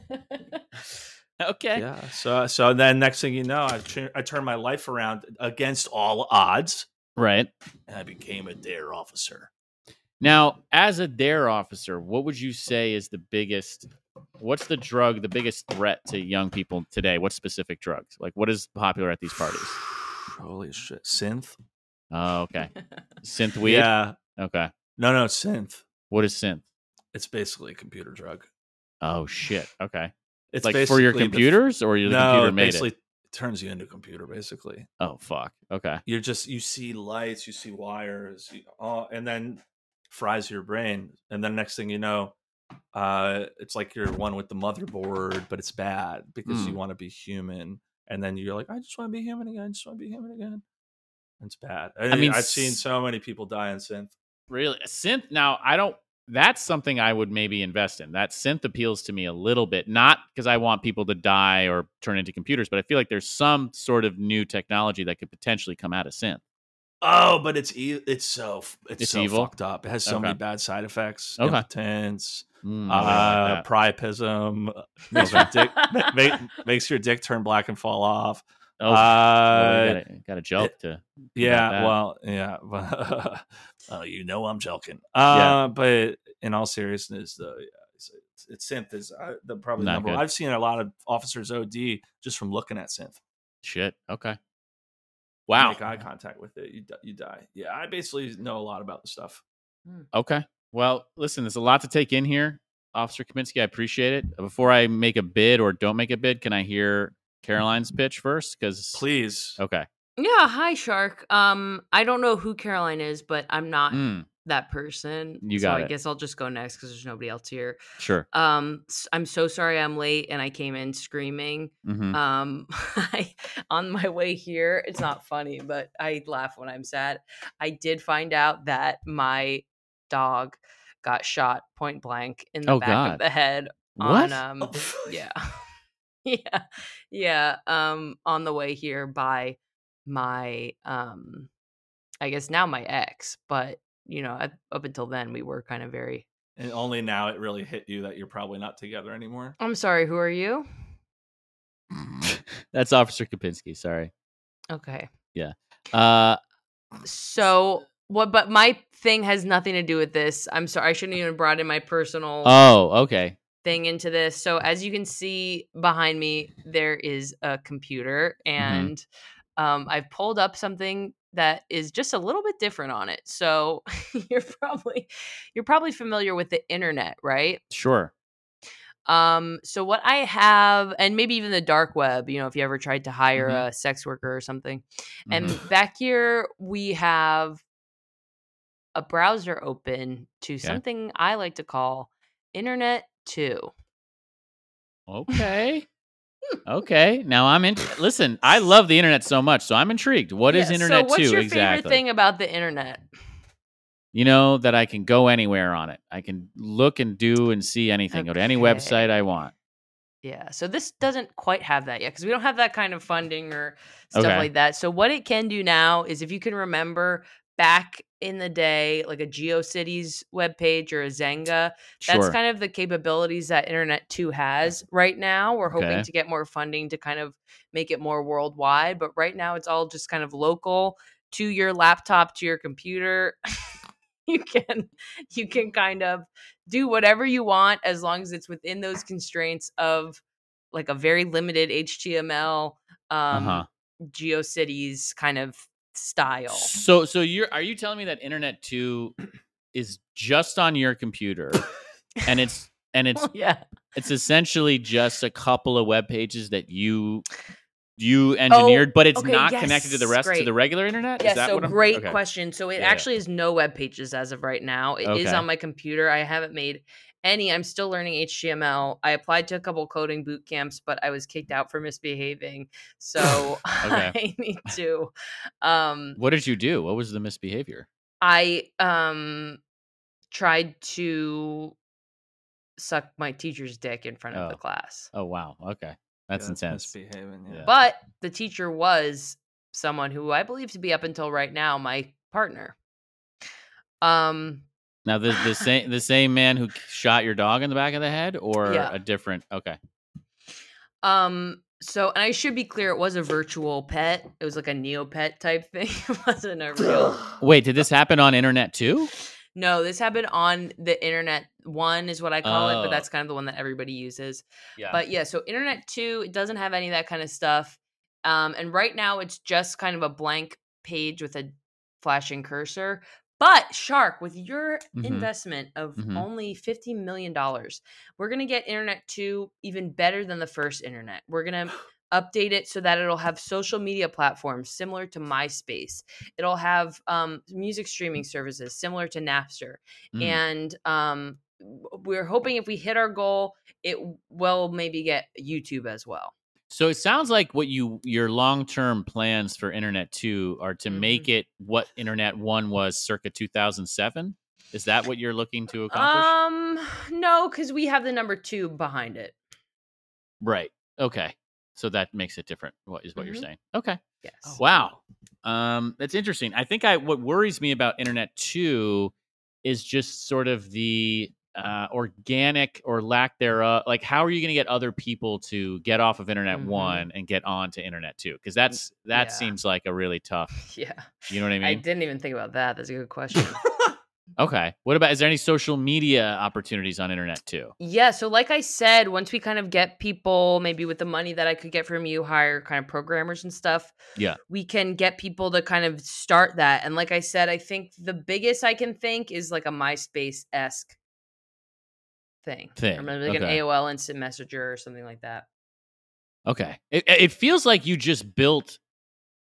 [SPEAKER 5] Okay.
[SPEAKER 2] Yeah. So so then next thing you know, I tr- I turned my life around against all odds,
[SPEAKER 5] Right.
[SPEAKER 2] and I became a dare officer.
[SPEAKER 5] Now, as a dare officer, what would you say is the biggest? What's the drug? The biggest threat to young people today? What specific drugs? Like, what is popular at these parties?
[SPEAKER 2] [SIGHS] Holy shit, synth.
[SPEAKER 5] Oh, okay. Synth weed.
[SPEAKER 2] Yeah.
[SPEAKER 5] Okay.
[SPEAKER 2] No, no, synth.
[SPEAKER 5] What is synth?
[SPEAKER 2] It's basically a computer drug.
[SPEAKER 5] Oh shit. Okay.
[SPEAKER 2] It's
[SPEAKER 5] like for
[SPEAKER 2] basically
[SPEAKER 5] your
[SPEAKER 2] the-
[SPEAKER 5] computers or your the
[SPEAKER 2] no,
[SPEAKER 5] computer
[SPEAKER 2] it
[SPEAKER 5] made
[SPEAKER 2] basically
[SPEAKER 5] it.
[SPEAKER 2] turns you into a computer. Basically,
[SPEAKER 5] Oh fuck. Okay.
[SPEAKER 2] you're just you see lights, you see wires, you, all, and then fries your brain, and then next thing you know. Uh, it's like you're one with the motherboard, but it's bad because you
[SPEAKER 5] Mm.
[SPEAKER 2] want to be human, and then you're like, I just want to be human again. I just want to be human again. It's bad. I, mean,
[SPEAKER 5] mean,
[SPEAKER 2] I've seen
[SPEAKER 5] s-
[SPEAKER 2] so many people die in synth.
[SPEAKER 5] Really synth now I don't that's something I would maybe invest in. That synth appeals to me a little bit, not because I want people to die or turn into computers, but I feel like there's some sort of new technology that could potentially come out of synth.
[SPEAKER 2] Oh, but it's e- it's so f- it's,
[SPEAKER 5] It's
[SPEAKER 2] so
[SPEAKER 5] evil?
[SPEAKER 2] fucked up. It has so many
[SPEAKER 5] Okay.
[SPEAKER 2] bad side effects.
[SPEAKER 5] Okay.
[SPEAKER 2] Impotence,
[SPEAKER 5] Mm, I
[SPEAKER 2] uh,
[SPEAKER 5] don't like that.
[SPEAKER 2] priapism uh,
[SPEAKER 5] [LAUGHS]
[SPEAKER 2] makes your [LAUGHS] dick ma- ma- makes your dick turn black and fall off.
[SPEAKER 5] oh, well, we
[SPEAKER 2] uh,
[SPEAKER 5] gotta, gotta joke to
[SPEAKER 2] yeah,
[SPEAKER 5] that.
[SPEAKER 2] well, yeah. [LAUGHS] oh, you know I'm joking.
[SPEAKER 5] Yeah.
[SPEAKER 2] Uh, but in all seriousness, though, yeah, it's, it's, it's synth is uh, the probably
[SPEAKER 5] Not
[SPEAKER 2] number. one.
[SPEAKER 5] good.
[SPEAKER 2] I've seen a lot of officers OD just from looking at synth.
[SPEAKER 5] shit. Okay.
[SPEAKER 2] You
[SPEAKER 5] Wow.
[SPEAKER 2] make eye contact with it, you di- you die. Yeah, I basically know a lot about the stuff.
[SPEAKER 5] Okay. Well, listen, there's a lot to take in here, Officer Kaminsky. I appreciate it. Before I make a bid or don't make a bid, can I hear
[SPEAKER 1] Mm-hmm.
[SPEAKER 5] Caroline's pitch first? Because
[SPEAKER 2] Please.
[SPEAKER 5] okay,
[SPEAKER 1] Yeah, hi Shark. Um, I don't know who Caroline is, but I'm not
[SPEAKER 5] Mm,
[SPEAKER 1] that person.
[SPEAKER 5] You
[SPEAKER 1] so
[SPEAKER 5] got
[SPEAKER 1] I
[SPEAKER 5] it.
[SPEAKER 1] guess I'll just go next because there's nobody else here.
[SPEAKER 5] sure.
[SPEAKER 1] Um, s- I'm so sorry I'm late and I came in screaming.
[SPEAKER 5] hmm
[SPEAKER 1] Um, [LAUGHS] I, on my way here, it's not funny, but I laugh when I'm sad. I did find out that my dog got shot point blank in the
[SPEAKER 5] Oh,
[SPEAKER 1] back
[SPEAKER 2] [LAUGHS]
[SPEAKER 5] God.
[SPEAKER 1] of the head on
[SPEAKER 5] What?
[SPEAKER 1] um Oh, [LAUGHS] yeah. yeah, yeah. Um, on the way here by my um, I guess now my ex, but you know, up up until then we were kind of very.
[SPEAKER 2] And only now it really hit you that you're probably not together anymore.
[SPEAKER 1] I'm sorry. Who are you?
[SPEAKER 5] [LAUGHS] That's Officer Kapinski. Sorry.
[SPEAKER 1] Okay.
[SPEAKER 5] Uh,
[SPEAKER 1] So what? But my thing has nothing to do with this. I'm sorry. I shouldn't even brought in my personal.
[SPEAKER 5] oh, okay.
[SPEAKER 1] thing into this. So as you can see behind me, there is a computer, and um, I've pulled up something that is just a little bit different on it. So [LAUGHS] you're probably you're probably familiar with the internet, right?
[SPEAKER 5] Sure.
[SPEAKER 1] Um, so what I have, and maybe even the dark web, you know, if you ever tried to hire
[SPEAKER 5] Mhm.
[SPEAKER 1] a sex worker or something.
[SPEAKER 5] Mhm.
[SPEAKER 1] And back here we have a browser open to something I like to call Internet 2. [LAUGHS]
[SPEAKER 5] okay. Okay. Now I'm in. Listen, I love the internet so much, so I'm intrigued. What is
[SPEAKER 1] Yeah,
[SPEAKER 5] internet
[SPEAKER 1] so what's
[SPEAKER 5] too
[SPEAKER 1] your
[SPEAKER 5] exactly?
[SPEAKER 1] favorite thing about the internet?
[SPEAKER 5] You know that I can go anywhere on it. I can look and do and see anything. Go to any website I
[SPEAKER 1] Okay.
[SPEAKER 5] want.
[SPEAKER 1] Yeah, so this doesn't quite have that yet because we don't have that kind of funding or stuff
[SPEAKER 5] Okay.
[SPEAKER 1] like that. So what it can do now is if you can remember back in the day, like a GeoCities webpage or a Zenga, that's
[SPEAKER 5] Sure.
[SPEAKER 1] kind of the capabilities that Internet 2 has right now. We're hoping
[SPEAKER 5] Okay.
[SPEAKER 1] to get more funding to kind of make it more worldwide, but right now it's all just kind of local to your laptop, to your computer. [LAUGHS] you can you can kind of do whatever you want as long as it's within those constraints of like a very limited HTML um
[SPEAKER 5] uh-huh.
[SPEAKER 1] GeoCities kind of style.
[SPEAKER 5] So, so you're are you telling me that Internet Two is just on your computer, and it's
[SPEAKER 1] [LAUGHS]
[SPEAKER 5] and it's
[SPEAKER 1] [LAUGHS] yeah.
[SPEAKER 5] it's essentially just a couple of web pages that you you engineered, but it's
[SPEAKER 1] Oh, okay,
[SPEAKER 5] not connected to the
[SPEAKER 1] yes,
[SPEAKER 5] rest to
[SPEAKER 1] great.
[SPEAKER 5] the regular Internet.
[SPEAKER 1] Yeah,
[SPEAKER 5] is that
[SPEAKER 1] so
[SPEAKER 5] what I'm-
[SPEAKER 1] great
[SPEAKER 5] okay.
[SPEAKER 1] question. So it
[SPEAKER 5] Yeah, yeah.
[SPEAKER 1] actually is no web pages as of right now. It is
[SPEAKER 5] Okay.
[SPEAKER 1] on my computer. I haven't made any. I'm still learning HTML. I applied to a couple coding boot camps, but I was kicked out for misbehaving. So [LAUGHS] I need to um
[SPEAKER 5] What did you do? What was the misbehavior?
[SPEAKER 1] I um tried to suck my teacher's dick in front of the
[SPEAKER 5] Oh.
[SPEAKER 1] class.
[SPEAKER 5] Oh wow. Okay. That's
[SPEAKER 2] Yeah,
[SPEAKER 5] intense.
[SPEAKER 2] Misbehaving. Yeah.
[SPEAKER 5] Yeah.
[SPEAKER 1] But the teacher was someone who I believe to be up until right now my partner. Um
[SPEAKER 5] Now the the same the same man who shot your dog in the back of the head or
[SPEAKER 1] Yeah.
[SPEAKER 5] a different Okay.
[SPEAKER 1] um so and I should be clear it was a virtual pet. It was like a Neopet type [LAUGHS] thing. It wasn't a real
[SPEAKER 5] Wait, did this happen on internet too?
[SPEAKER 1] No, this happened on the internet. One is what I call it,
[SPEAKER 5] Oh.
[SPEAKER 1] but that's kind of the one that everybody uses.
[SPEAKER 5] Yeah.
[SPEAKER 1] But yeah, so Internet 2, it doesn't have any of that kind of stuff. Um, and right now it's just kind of a blank page with a flashing cursor. But Shark, with your
[SPEAKER 5] Mhm.
[SPEAKER 1] investment of
[SPEAKER 5] Mhm.
[SPEAKER 1] only $50 million, we're going to get Internet 2 even better than the first Internet. We're
[SPEAKER 5] [GASPS]
[SPEAKER 1] going to update it so that it'll have social media platforms similar to MySpace. It'll have um, music streaming services similar to Napster
[SPEAKER 5] Mm.
[SPEAKER 1] and um w- we're hoping if we hit our goal it w- will maybe get youtube as well
[SPEAKER 5] So it sounds like what you your long term plans for Internet Two are to
[SPEAKER 1] Mhm.
[SPEAKER 5] make it what Internet One was circa two thousand seven. Is that what you're looking to accomplish?
[SPEAKER 1] um no because we have the number two behind it
[SPEAKER 5] right. Okay. So that makes it different. What is what you're
[SPEAKER 1] Mhm.
[SPEAKER 5] saying? Okay.
[SPEAKER 1] yes
[SPEAKER 5] Oh, Wow. Um, that's interesting. I think I what worries me about Internet Two is just sort of the uh, organic or lack thereof. Like, how are you going to get other people to get off of Internet
[SPEAKER 1] Mhm.
[SPEAKER 5] One and get on to Internet Two? Because that's
[SPEAKER 1] yeah.
[SPEAKER 5] that seems like a really tough.
[SPEAKER 1] [LAUGHS] yeah
[SPEAKER 5] You know what I
[SPEAKER 1] i
[SPEAKER 5] mean?
[SPEAKER 1] didn't even think about that that's a good question
[SPEAKER 5] Okay. What about is there any social media opportunities on internet too?
[SPEAKER 1] yeah so like i said once we kind of get people maybe with the money that i could get from you hire kind of programmers and stuff
[SPEAKER 5] Yeah.
[SPEAKER 1] we can get people to kind of start that and like i said i think the biggest i can think is like a myspace-esque thing
[SPEAKER 5] Thing,
[SPEAKER 1] or maybe like
[SPEAKER 5] okay.
[SPEAKER 1] an aol instant messenger or something like that
[SPEAKER 5] Okay. It, it feels like you just built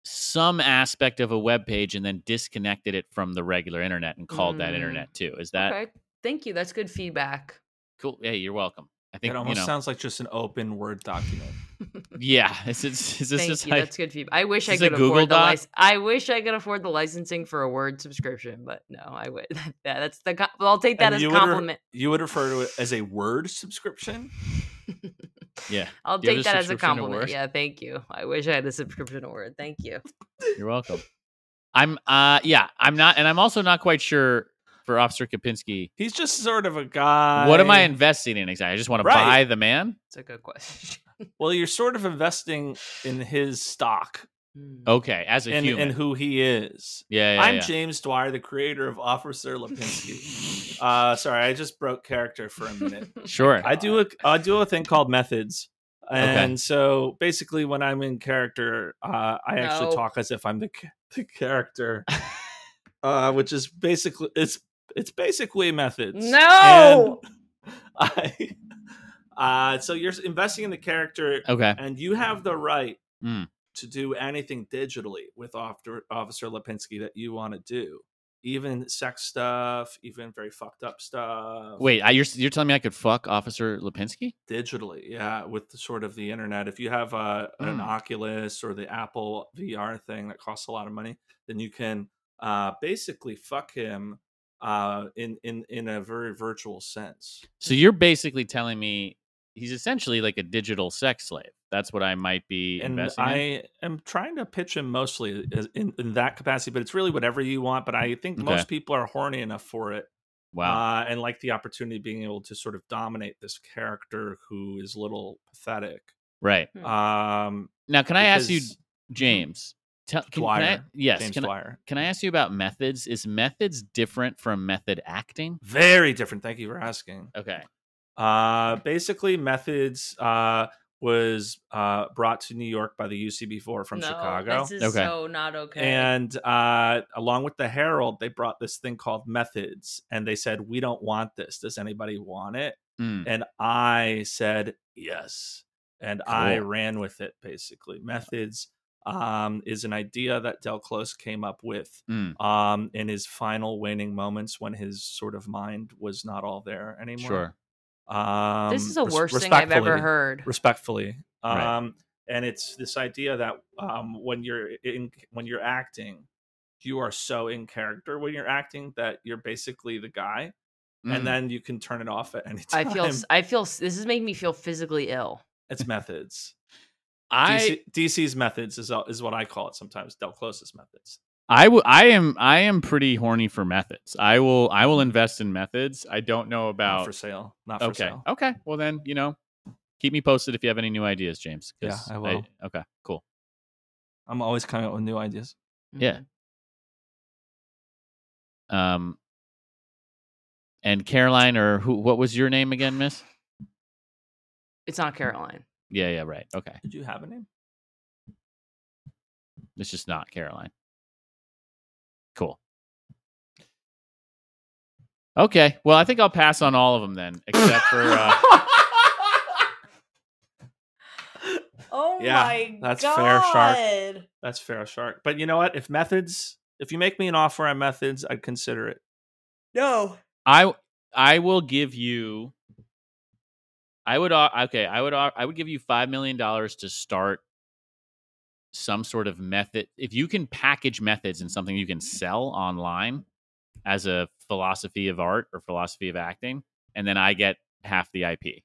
[SPEAKER 5] some aspect of a web page and then disconnected it from the regular internet and called that
[SPEAKER 1] Mm.
[SPEAKER 5] internet too. Is that
[SPEAKER 1] okay. Thank you. That's good feedback.
[SPEAKER 5] cool? Hey, you're welcome. I think
[SPEAKER 2] it
[SPEAKER 5] you
[SPEAKER 2] almost
[SPEAKER 5] know.
[SPEAKER 2] sounds like just an open Word document.
[SPEAKER 5] yeah. [LAUGHS] Is, this is this
[SPEAKER 1] Thank
[SPEAKER 5] just
[SPEAKER 1] you.
[SPEAKER 5] like
[SPEAKER 1] That's good feedback. I wish I
[SPEAKER 5] Is this a
[SPEAKER 1] could
[SPEAKER 5] Google
[SPEAKER 1] afford the
[SPEAKER 5] Doc?
[SPEAKER 1] license. I wish I could afford the licensing for a word subscription, but no, I would. [LAUGHS] That, that's the. co- Well, I'll take that
[SPEAKER 2] And
[SPEAKER 1] as
[SPEAKER 2] you
[SPEAKER 1] a
[SPEAKER 2] would re-
[SPEAKER 1] compliment.
[SPEAKER 2] You would refer to it as a Word subscription.
[SPEAKER 5] Yeah.
[SPEAKER 1] I'll
[SPEAKER 5] Do you have
[SPEAKER 1] take
[SPEAKER 5] a
[SPEAKER 1] that as a
[SPEAKER 5] subscription to
[SPEAKER 1] compliment.
[SPEAKER 5] Word?
[SPEAKER 1] Yeah, thank you. I wish I had a subscription award. Thank you.
[SPEAKER 5] You're welcome. I'm uh yeah, I'm not and I'm also not quite sure for Officer Kapinski.
[SPEAKER 2] He's just sort of a guy.
[SPEAKER 5] What am I investing in exactly? I just want to
[SPEAKER 2] Right.
[SPEAKER 5] buy the man.
[SPEAKER 1] It's a good [LAUGHS] question.
[SPEAKER 2] Well, you're sort of investing in his stock
[SPEAKER 1] Hmm.
[SPEAKER 5] Okay, as a
[SPEAKER 2] and,
[SPEAKER 5] human.
[SPEAKER 2] and who he is.
[SPEAKER 5] yeah, yeah,
[SPEAKER 2] I'm
[SPEAKER 5] yeah.
[SPEAKER 2] James Dwyer, the creator of Officer Lipinski. uh, sorry, I just broke character for a
[SPEAKER 1] Hmm.
[SPEAKER 2] minute.
[SPEAKER 1] [LAUGHS]
[SPEAKER 5] sure.
[SPEAKER 2] I do a I do a thing called methods, and
[SPEAKER 5] Okay.
[SPEAKER 2] so basically, when I'm in character, uh, I actually
[SPEAKER 1] No.
[SPEAKER 2] talk as if I'm the ca-
[SPEAKER 1] [LAUGHS]
[SPEAKER 2] the character, uh, which is basically it's it's basically methods.
[SPEAKER 1] No!
[SPEAKER 2] And [LAUGHS] I. Uh, so you're investing in the character,
[SPEAKER 5] okay.
[SPEAKER 2] and you have the right
[SPEAKER 5] Mm.
[SPEAKER 2] to do anything digitally with Officer, Officer Lipinski that you want to do, even sex stuff, even very fucked up stuff.
[SPEAKER 5] Wait, I, you're you're telling me I could fuck Officer Lipinski?
[SPEAKER 2] digitally, yeah, with the, sort of the internet. If you have uh, an
[SPEAKER 5] Mm.
[SPEAKER 2] Oculus or the Apple VR thing that costs a lot of money, then you can uh, basically fuck him uh, in in in a very virtual sense.
[SPEAKER 5] So you're basically telling me he's essentially like a digital sex slave. That's what I might be
[SPEAKER 2] and
[SPEAKER 5] investing in.
[SPEAKER 2] I am trying to pitch him mostly as- in, in that capacity, but it's really whatever you want. But I think
[SPEAKER 5] Okay.
[SPEAKER 2] most people are horny enough for it
[SPEAKER 5] Wow.
[SPEAKER 2] uh, and like the opportunity of being able to sort of dominate this character who is a little pathetic.
[SPEAKER 5] right.
[SPEAKER 1] Hmm.
[SPEAKER 2] Um,
[SPEAKER 5] Now can I ask you,
[SPEAKER 2] because-
[SPEAKER 5] James? Tell, can, can I,
[SPEAKER 2] Dwyer,
[SPEAKER 5] yes.
[SPEAKER 2] James Mm-hmm.
[SPEAKER 5] can, I,
[SPEAKER 2] Dwyer.
[SPEAKER 5] can I ask you about methods? Is methods different from method acting?
[SPEAKER 2] Very different. Thank you for asking.
[SPEAKER 5] Okay.
[SPEAKER 2] Uh, basically, methods uh, was uh, brought to New York by the UCB4 from
[SPEAKER 1] No,
[SPEAKER 2] Chicago,
[SPEAKER 1] This is
[SPEAKER 5] Okay.
[SPEAKER 1] so not okay.
[SPEAKER 2] and uh, along with the Herald, they brought this thing called methods, and they said, "We don't want this. Does anybody want it?"
[SPEAKER 5] Mm.
[SPEAKER 2] And I said, "Yes," and I
[SPEAKER 5] Cool.
[SPEAKER 2] ran with it. Basically, methods um, is an idea that Del Close came up with
[SPEAKER 5] Mm.
[SPEAKER 2] um, in his final waning moments when his sort of mind was not all there anymore.
[SPEAKER 5] Sure.
[SPEAKER 2] Um,
[SPEAKER 1] this is the
[SPEAKER 2] res-
[SPEAKER 1] worst thing I've ever
[SPEAKER 2] respectfully- [LAUGHS]
[SPEAKER 1] heard.
[SPEAKER 2] Respectfully, um,
[SPEAKER 5] Right.
[SPEAKER 2] and it's this idea that um, when you're in when you're acting, you are so in character when you're acting that you're basically the guy,
[SPEAKER 5] Mm.
[SPEAKER 2] and then you can turn it off at any [LAUGHS]
[SPEAKER 1] I
[SPEAKER 2] time.
[SPEAKER 1] feel. s- I feel. s- This is making me feel physically ill.
[SPEAKER 2] it's methods.
[SPEAKER 5] I
[SPEAKER 2] DC, DC's methods is uh, is what I call it sometimes. Del Close's methods.
[SPEAKER 5] I w- I am I am pretty horny for methods. I will I will invest in methods. I don't know
[SPEAKER 2] Not
[SPEAKER 5] about
[SPEAKER 2] for sale. Not for
[SPEAKER 5] okay
[SPEAKER 2] sale.
[SPEAKER 5] okay. Well then you know keep me posted if you have any new ideas, James. 'cause
[SPEAKER 2] Yeah, I will.
[SPEAKER 5] okay, cool.
[SPEAKER 2] I'm always coming up with new ideas.
[SPEAKER 1] Mm-hmm.
[SPEAKER 5] Yeah. Um, and Caroline or who? What was your name again, Miss?
[SPEAKER 1] It's not Caroline.
[SPEAKER 5] Yeah, yeah, right. Okay,
[SPEAKER 2] Did you have a name?
[SPEAKER 5] it's just not Caroline. Cool. Okay. Well, I think I'll pass on all of them then, except for. Uh,
[SPEAKER 1] oh
[SPEAKER 2] Yeah, that's fair, Shark. That's fair, Shark. But you know what? If methods, if you make me an offer on methods, I'd consider it.
[SPEAKER 1] No.
[SPEAKER 5] I I will give you. I would au- okay. I would au- I would give you five million dollars to start some sort of method. If you can package methods in something you can sell online as a philosophy of art or philosophy of acting, and then I get half the IP.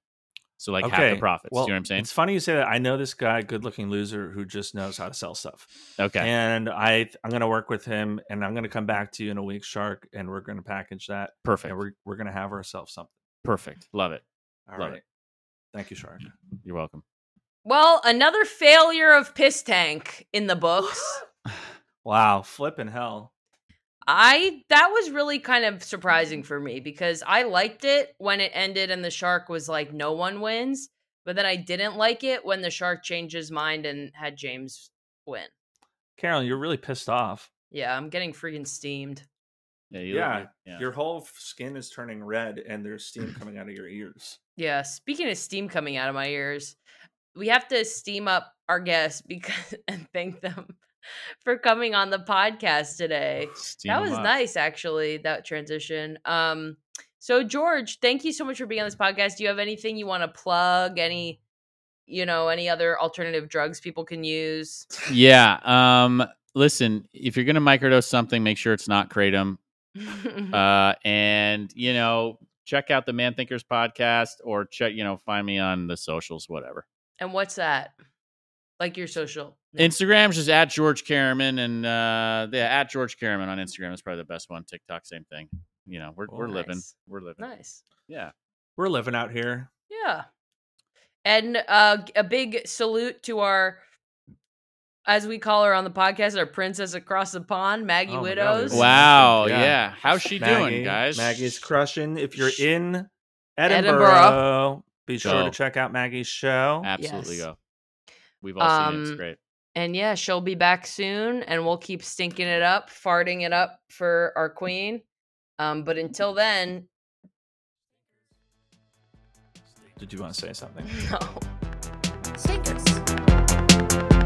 [SPEAKER 5] So like half the profits.
[SPEAKER 2] well,
[SPEAKER 5] you know what I'm saying?
[SPEAKER 2] It's funny you say that. I know this guy, good-looking loser, who just knows how to sell stuff.
[SPEAKER 5] Okay.
[SPEAKER 2] And I, I'm going to work with him, and I'm going to come back to you in a week, Shark, and we're going to package that,
[SPEAKER 5] Perfect.
[SPEAKER 2] and we're we're going to have ourselves something.
[SPEAKER 5] Perfect. Love it.
[SPEAKER 2] All right.
[SPEAKER 5] Love it.
[SPEAKER 2] Thank you, Shark.
[SPEAKER 5] You're welcome.
[SPEAKER 1] Well, another failure of piss tank in the books.
[SPEAKER 2] Wow, flipping hell.
[SPEAKER 1] I that was really kind of surprising for me because I liked it when it ended and the shark was like no one wins, but then I didn't like it when the shark changed his mind and had James win.
[SPEAKER 2] Carolyn, you're really pissed off.
[SPEAKER 1] Yeah, I'm getting freaking steamed.
[SPEAKER 5] Yeah.
[SPEAKER 2] Yeah,
[SPEAKER 5] yeah.
[SPEAKER 2] Your whole skin is turning red, and there's [LAUGHS] steam coming out of your ears.
[SPEAKER 1] Yeah, speaking of steam coming out of my ears, we have to steam up our guests [LAUGHS] because and thank them [LAUGHS] for coming on the podcast today.
[SPEAKER 5] Steam
[SPEAKER 1] That
[SPEAKER 5] 'em
[SPEAKER 1] was
[SPEAKER 5] up.
[SPEAKER 1] nice actually, that transition. Um so George, thank you so much for being on this podcast. Do you have anything you want to plug? Any you know, any other alternative drugs people can use?
[SPEAKER 5] Yeah. Um. Listen, if you're
[SPEAKER 1] Mm-hmm.
[SPEAKER 5] gonna microdose something, make sure it's not kratom. uh, and you know check out the Man Thinkers podcast or check, you know, find me on the socials, whatever.
[SPEAKER 1] [LAUGHS] And what's that? Like your social.
[SPEAKER 5] Instagram's just at George Caraman and uh yeah, at George Caraman on Instagram is probably the best one. TikTok, same thing. You know, we're
[SPEAKER 2] Cool.
[SPEAKER 5] we're
[SPEAKER 1] Oh,
[SPEAKER 5] living.
[SPEAKER 1] Nice.
[SPEAKER 5] We're living.
[SPEAKER 1] Nice.
[SPEAKER 5] Yeah.
[SPEAKER 2] We're living out here.
[SPEAKER 1] Yeah. And uh, g- a big salute to our, as we call her on the podcast, our princess across the pond, Maggie
[SPEAKER 2] Oh my God,
[SPEAKER 1] Widows.
[SPEAKER 2] This is
[SPEAKER 5] Wow,
[SPEAKER 2] something,
[SPEAKER 5] yeah.
[SPEAKER 2] yeah.
[SPEAKER 5] How's she doing, guys?
[SPEAKER 2] Maggie's crushing. If you're
[SPEAKER 1] Sh-
[SPEAKER 2] in Edinburgh,
[SPEAKER 1] Edinburgh.
[SPEAKER 2] be sure
[SPEAKER 5] Go.
[SPEAKER 2] to check out Maggie's show.
[SPEAKER 5] Absolutely
[SPEAKER 1] Yes.
[SPEAKER 5] go. We've all seen it. It's
[SPEAKER 1] Um,
[SPEAKER 5] great.
[SPEAKER 1] And yeah, she'll be back soon, and we'll keep stinking it up, farting it up for our queen. Um, but until then, [LAUGHS]
[SPEAKER 2] Did you want to say something?
[SPEAKER 1] no.
[SPEAKER 3] Stinkers.